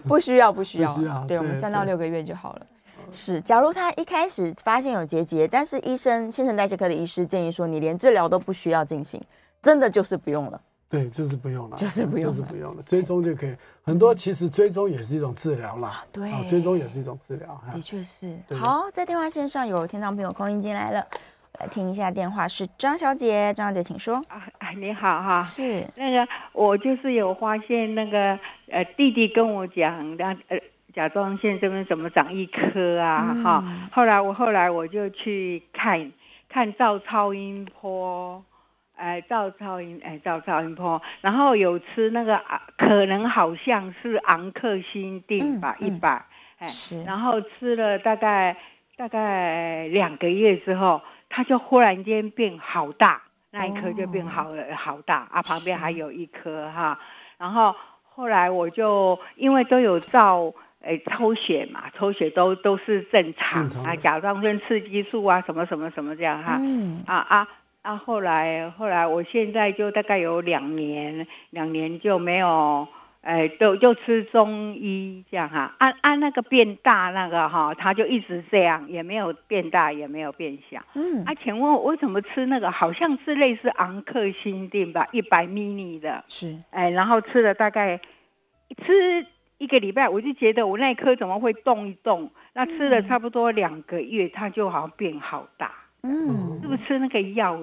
A: 不需要，不需要，
B: 不需要
A: 对我们
B: 对
A: 三到
B: 对嗯
A: 六个月就好了。是，假如他一开始发现有结节，但是医生新陈代谢科的医师建议说，你连治疗都不需要进行，真的就是不用了。
B: 对，就是不用 了，
A: 就是不用
B: 就是
A: 了
B: 不用了，追踪就可以。很多其实追踪也是一种治疗啦，
A: 对
B: 啊追踪也是一种治疗。哈嗯
A: 的确是。
B: 对
A: 好，在电话线上有听众朋友空音进来了，我来听一下电话，是张小姐，张小姐请说。
E: 啊，啊你好哈、
A: 是，
E: 那个我就是有发现那个呃，弟弟跟我讲，那呃甲状腺这边怎么长一颗啊
A: 嗯
E: 哈、后来我后来我就去看看照超音波，哎、照超音哎、照超音波，然后有吃那个啊可能好像是昂克星定吧，
A: 嗯
E: 一
A: 嗯
E: 百、哎
A: 是
E: 然后吃了大概大概两个月之后，它就忽然间变好
B: 哦
E: 大，那一颗就变好了、好大啊，旁边还有一颗哈。然后后来我就因为都有照诶抽血嘛，抽血都都是正常
B: 正常的
E: 啊，甲状腺刺激素啊，什么什么什么这样哈。
A: 嗯，
E: 啊啊啊！后来后来，我现在就大概有两年，两年就没有，哎，都就吃中医这样哈、按、按、那个变大那个哈、它就一直这样，也没有变大，也没有变小。
A: 嗯，
E: 啊，请问我为什么吃那个好像是类似昂克星定吧，一百 mini 的，
A: 是，
E: 哎，然后吃了大概吃一个礼拜，我就觉得我那一颗怎么会动一动？那吃了差不多两个月，它就好像变好大。
A: 嗯，
E: 是不是吃那个药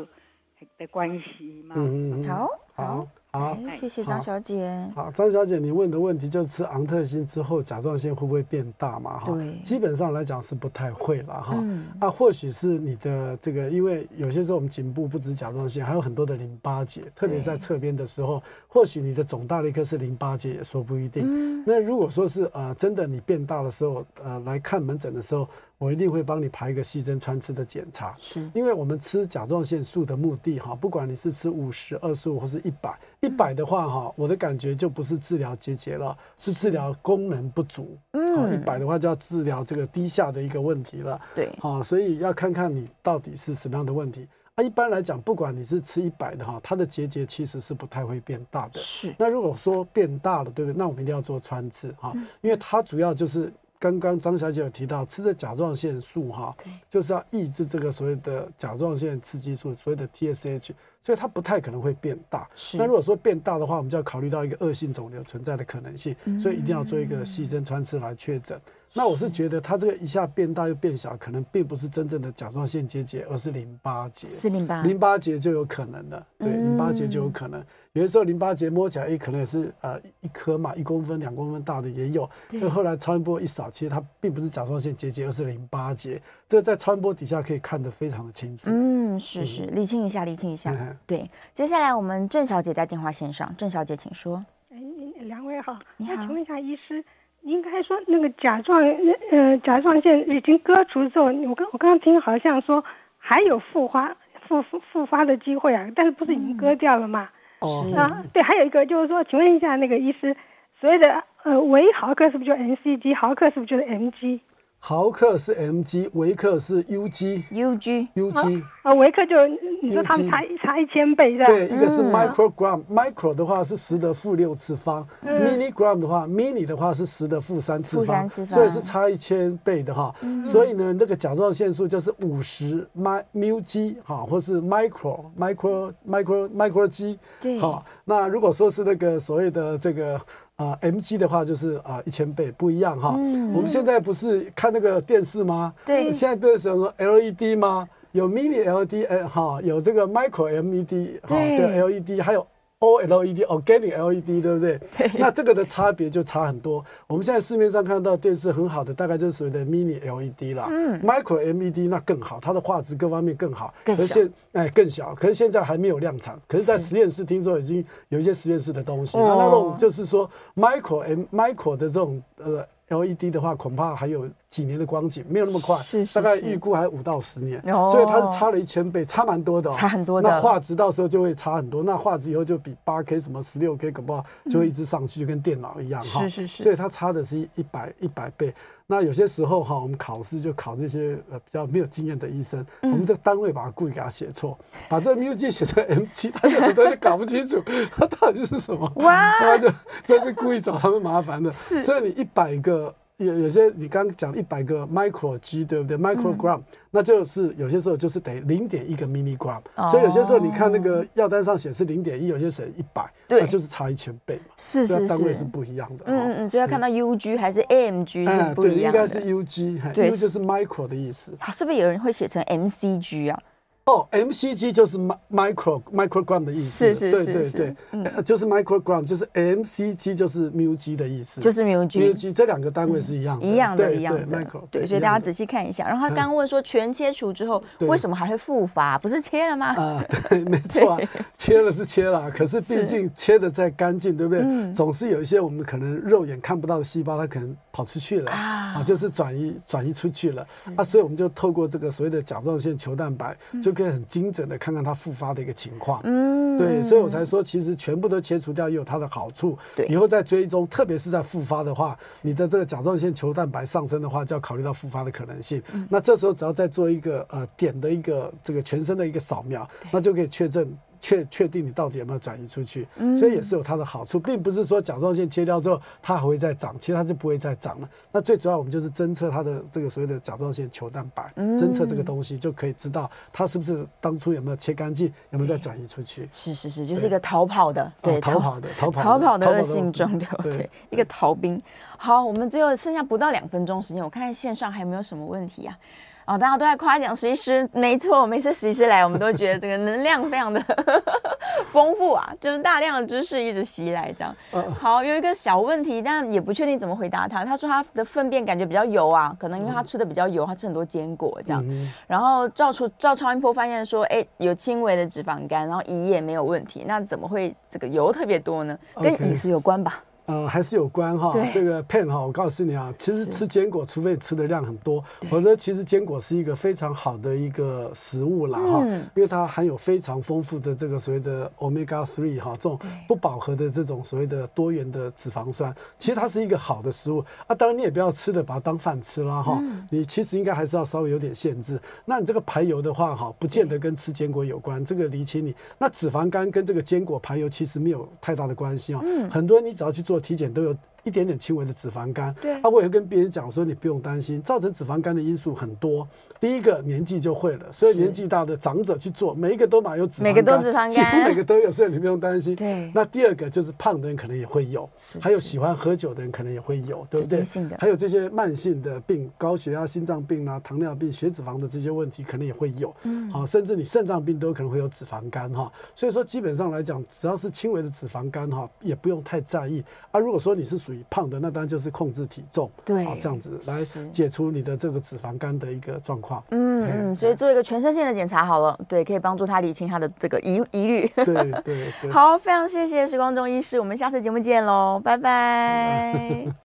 E: 的关系嘛？
B: 嗯嗯嗯，
A: 好，好
B: 好，好，
A: 哎谢谢张
B: 好
A: 小姐。
B: 好，张小姐，你问的问题就是吃昂特星之后甲状腺会不会变大嘛？哈
A: 对，
B: 基本上来讲是不太会了哈。
A: 嗯
B: 啊，或许是你的这个，因为有些时候我们颈部不止甲状腺，还有很多的淋巴结，特别在侧边的时候，或许你的肿大的一颗是淋巴结，也说不一定。
A: 嗯，
B: 哎那如果说是呃真的你变大的时候，呃来看门诊的时候，我一定会帮你排一个细针穿刺的检查。
A: 是
B: 因为我们吃甲状腺素的目的哈，不管你是吃五十、二十五或是一百，一百的话哈，我的感觉就不是治疗结节了，是治疗功能不足。好，一
A: 嗯，
B: 百的话就要治疗这个低下的一个问题了。
A: 对，
B: 好，哦所以要看看你到底是什么样的问题。啊，一般来讲，不管你是吃一百的哈，它的结节其实是不太会变大的。
A: 是
B: 那如果说变大了，对不对？那我们一定要做穿刺哈，
A: 嗯
B: 因为它主要就是刚刚张小姐有提到吃的甲状腺素哈，
A: 对
B: 就是要抑制这个所谓的甲状腺刺激素，所谓的 TSH，所以它不太可能会变大。
A: 是。
B: 那如果说变大的话，我们就要考虑到一个恶性肿瘤存在的可能性，
A: 嗯
B: 所以一定要做一个细针穿刺来确诊。那我是觉得它这个一下变大又变小，可能并不是真正的甲状腺结节，而是淋巴结。
A: 是淋巴，
B: 淋巴结就有可能了，对，
A: 嗯
B: 淋巴结就有可能。有的时候淋巴结摸起来，也可能也是呃一颗嘛，一公分、两公分大的也有。
A: 对
B: 那后来超音波一扫，其实它并不是甲状腺结节，而是淋巴结。这个在超音波底下可以看得非常的清楚。
A: 嗯，是是，理清一下，理清一下。
B: 嗯
A: 对，接下来我们郑小姐在电话线上，郑小姐请说。
F: 哎，两位好，
A: 你
F: 我
A: 好
F: 请问一下医师，应该说那个甲状呃甲状腺已经割除之后，我刚我刚刚听好像说还有复发复复复发的机会啊，但是不是已经割掉了吗？
A: 是
B: 嗯
F: 啊，对，还有一个就是说，请问一下那个医师，所谓的呃维豪克是不是就是 NCG，豪克是不是就是 MG？
B: 豪克是 mg，维克是 ug。
A: UG 哦
B: UG
F: 啊，维克就你说他们
B: UG
F: 差一差一千倍是吧？
B: 对，一个是
A: 嗯
B: microgram，micro 的话是十的负六次方，milligram 的话，mini 的话是十的负三次
A: 嗯负
B: 方
A: 三次，方嗯
B: 所以是差一千倍的哈。所以呢，那个甲状腺素就是五十 mi mu g 哈，或是 micro micro micro micro g
A: 对
B: 好，那如果说是那个所谓的这个啊、mg 的话，就是啊一千倍不一样哈。
A: 嗯
B: 我们现在不是看那个电视吗？
A: 对
B: 现在不是什么 LED 吗？有 mini LED，哎哈，有这个 micro LED 哈
A: 对
B: 的 LED，还有 OLED E organic LED，对不对？
A: 对
B: 那这个的差别就差很多。我们现在市面上看到电视很好的，大概就是所谓的 mini LED 啦，
A: 嗯
B: ，micro LED 那更好，它的画质各方面更好，
A: 更
B: 可
A: 小
B: 是现哎更小，可是现在还没有量产，可是在
A: 是
B: 实验室听说已经有一些实验室的东西，
A: 哦
B: 那那种就是说 micro M micro 的这种呃 LED 的话，恐怕还有几年的光景，没有那么快，
A: 是是
B: 大概
A: 是
B: 预估还五到十年，
A: 哦
B: 所以它是差了一千倍，差蛮多的、哦，
A: 差很多的
B: 那画质到时候就会差很多，那画质以后就比八 K 什么十六 K 搞不好就会一直上去，就跟电脑一样哈。
A: 是是是
B: 所以它差的是一百一百倍。那有些时候哈，我们考试就考这些呃比较没有经验的医生，
A: 嗯
B: 我们的单位把它故意给他写错，把这 mu g 写成 m g，他有的东西搞不清楚它到底是什么，
A: 哇
B: 他就这是故意找他们麻烦的。
A: 是
B: 所以你一百个。有有些你刚刚讲一百个 micro g 对不
A: 嗯
B: 对？microgram，、那就是有些时候就是得零点一个 milligram，、所
A: 哦
B: 以有些时候你看那个药单上显示零点一，有些写一百，
A: 对
B: 那就是差一千倍嘛。
A: 是
B: 对啊
A: 是
B: 单位是
A: 是，
B: 不一样的。
A: 嗯嗯
B: 哦
A: 嗯，所以要看到 UG 还是 AMG
B: 哎
A: 是不
B: 对，
A: 一
B: 应
A: 样
B: 该是
A: 的。
B: UG，嘿
A: 对
B: U 就是 micro 的意思。
A: 好，是不是有人会写成 MCG 啊？
B: 哦，MCG 就是 mi- micro microgram 的意
A: 是
B: 思。
A: 是
B: 对
A: 是
B: 对
A: 是
B: 对
A: 嗯，
B: 呃就是 microgram，就是 MCG 就是 mu g 的意思。
A: 就是 MUG。
B: mu g 这两个单位是一样的，
A: 一样的，
B: 对
A: 一样
B: 对
A: 的
B: ，micro，，
A: 对，
B: 一
A: 所以
B: 样
A: 大家
B: 的嗯
A: 仔细看一下。然后他刚刚问说，全切除之后
B: 对
A: 为什么还会复发？不是切了吗？
B: 啊， 对，没错啊
A: 对，
B: 切了是切了，啊可是
A: 是
B: 毕竟切的再干净，对不对？
A: 嗯
B: 总是有一些我们可能肉眼看不到的细胞，它可能跑出去了
A: 啊
B: 就是转移转移出去了
A: 是
B: 啊，所以我们就透过这个所谓的甲状腺球蛋白，就可以很精准的看看它复发的一个情况。
A: 嗯，
B: 对，所以我才说，其实全部都切除掉也有它的好处。
A: 对
B: 以后在追踪，特别是在复发的话，你的这个甲状腺球蛋白上升的话，就要考虑到复发的可能性。
A: 嗯
B: 那这时候只要再做一个呃点的一个这个全身的一个扫描，那就可以确证。确确定你到底有没有转移出去，
A: 嗯
B: 所以也是有它的好处，并不是说甲状腺切掉之后它还会再长，其实它是不会再长了。那最主要我们就是侦测它的这个所谓的甲状腺球蛋白，
A: 嗯
B: 侦测这个东西就可以知道它是不是当初有没有切干净，有没有再转移出去。
A: 是是是，就是一个逃跑的，对，
B: 哦逃跑的，嗯逃跑
A: 逃跑的
B: 逃
A: 恶性肿瘤，对
B: 对，，
A: 一个逃兵。好，我们最后剩下不到两分钟时间，我看看线上还有没有什么问题啊？哦，大家都在夸奖石医师，没错，每次石医师来，我们都觉得这个能量非常的 丰富啊，就是大量的知识一直袭来这样。
B: 嗯
A: 好，有一个小问题，但也不确定怎么回答他。他说他的粪便感觉比较油啊，可能因为他吃的比较油，他吃很多坚果这样。
B: 嗯
A: 然后照出照超音波发现说，哎，有轻微的脂肪肝，然后胰液没有问题，那怎么会这个油特别多呢？跟
B: OK
A: 饮食有关吧？
B: 呃，还是有关哈
A: 对。
B: 这个 pen 哈，我告诉你啊，其实
A: 是
B: 吃坚果，除非你吃的量很多，否则其实坚果是一个非常好的一个食物啦哈，
A: 嗯
B: 因为它含有非常丰富的这个所谓的 omega three 哈，这种不饱和的这种所谓的多元的脂肪酸，其实它是一个好的食物啊。当然你也不要吃的把它当饭吃啦哈，
A: 嗯
B: 你其实应该还是要稍微有点限制。那你这个排油的话哈，不见得跟吃坚果有关，这个厘清你。那脂肪肝跟这个坚果排油其实没有太大的关系哦。
A: 嗯
B: 很多人你只要去做体检都有。一点点轻微的脂肪肝，
A: 对
B: 那我也跟别人讲说，你不用担心，造成脂肪肝的因素很多。第一个年纪就会了，所以
A: 是
B: 年纪大的长者去做，每一个都蛮有脂肪肝，
A: 每个都脂肪
B: 几乎
A: 肝
B: 每个都有，所以你不用担心。
A: 对
B: 那第二个就是胖的人可能也会有
A: 是，
B: 还有
A: 是
B: 喜欢喝酒的人可能也会有，对不
A: 酒精
B: 对
A: 性的？
B: 还有这些慢性的病，高血压、心脏病啊、糖尿病、血脂肪的这些问题，可能也会有。嗯，好，甚至你肾脏病都可能会有脂肪肝哈。所以说，基本上来讲，只要是轻微的脂肪肝哈，也不用太在意。啊，如果说你是属于胖的，那当然就是控制体重，
A: 对
B: 好这样子来
A: 是
B: 解除你的这个脂肪肝的一个状况。
A: 嗯嗯，所以做一个全身性的检查好了，对，可以帮助他理清他的这个疑疑虑。
B: 对对对。嗯
A: 好，非常谢谢时光中医师，我们下次节目见喽，拜拜。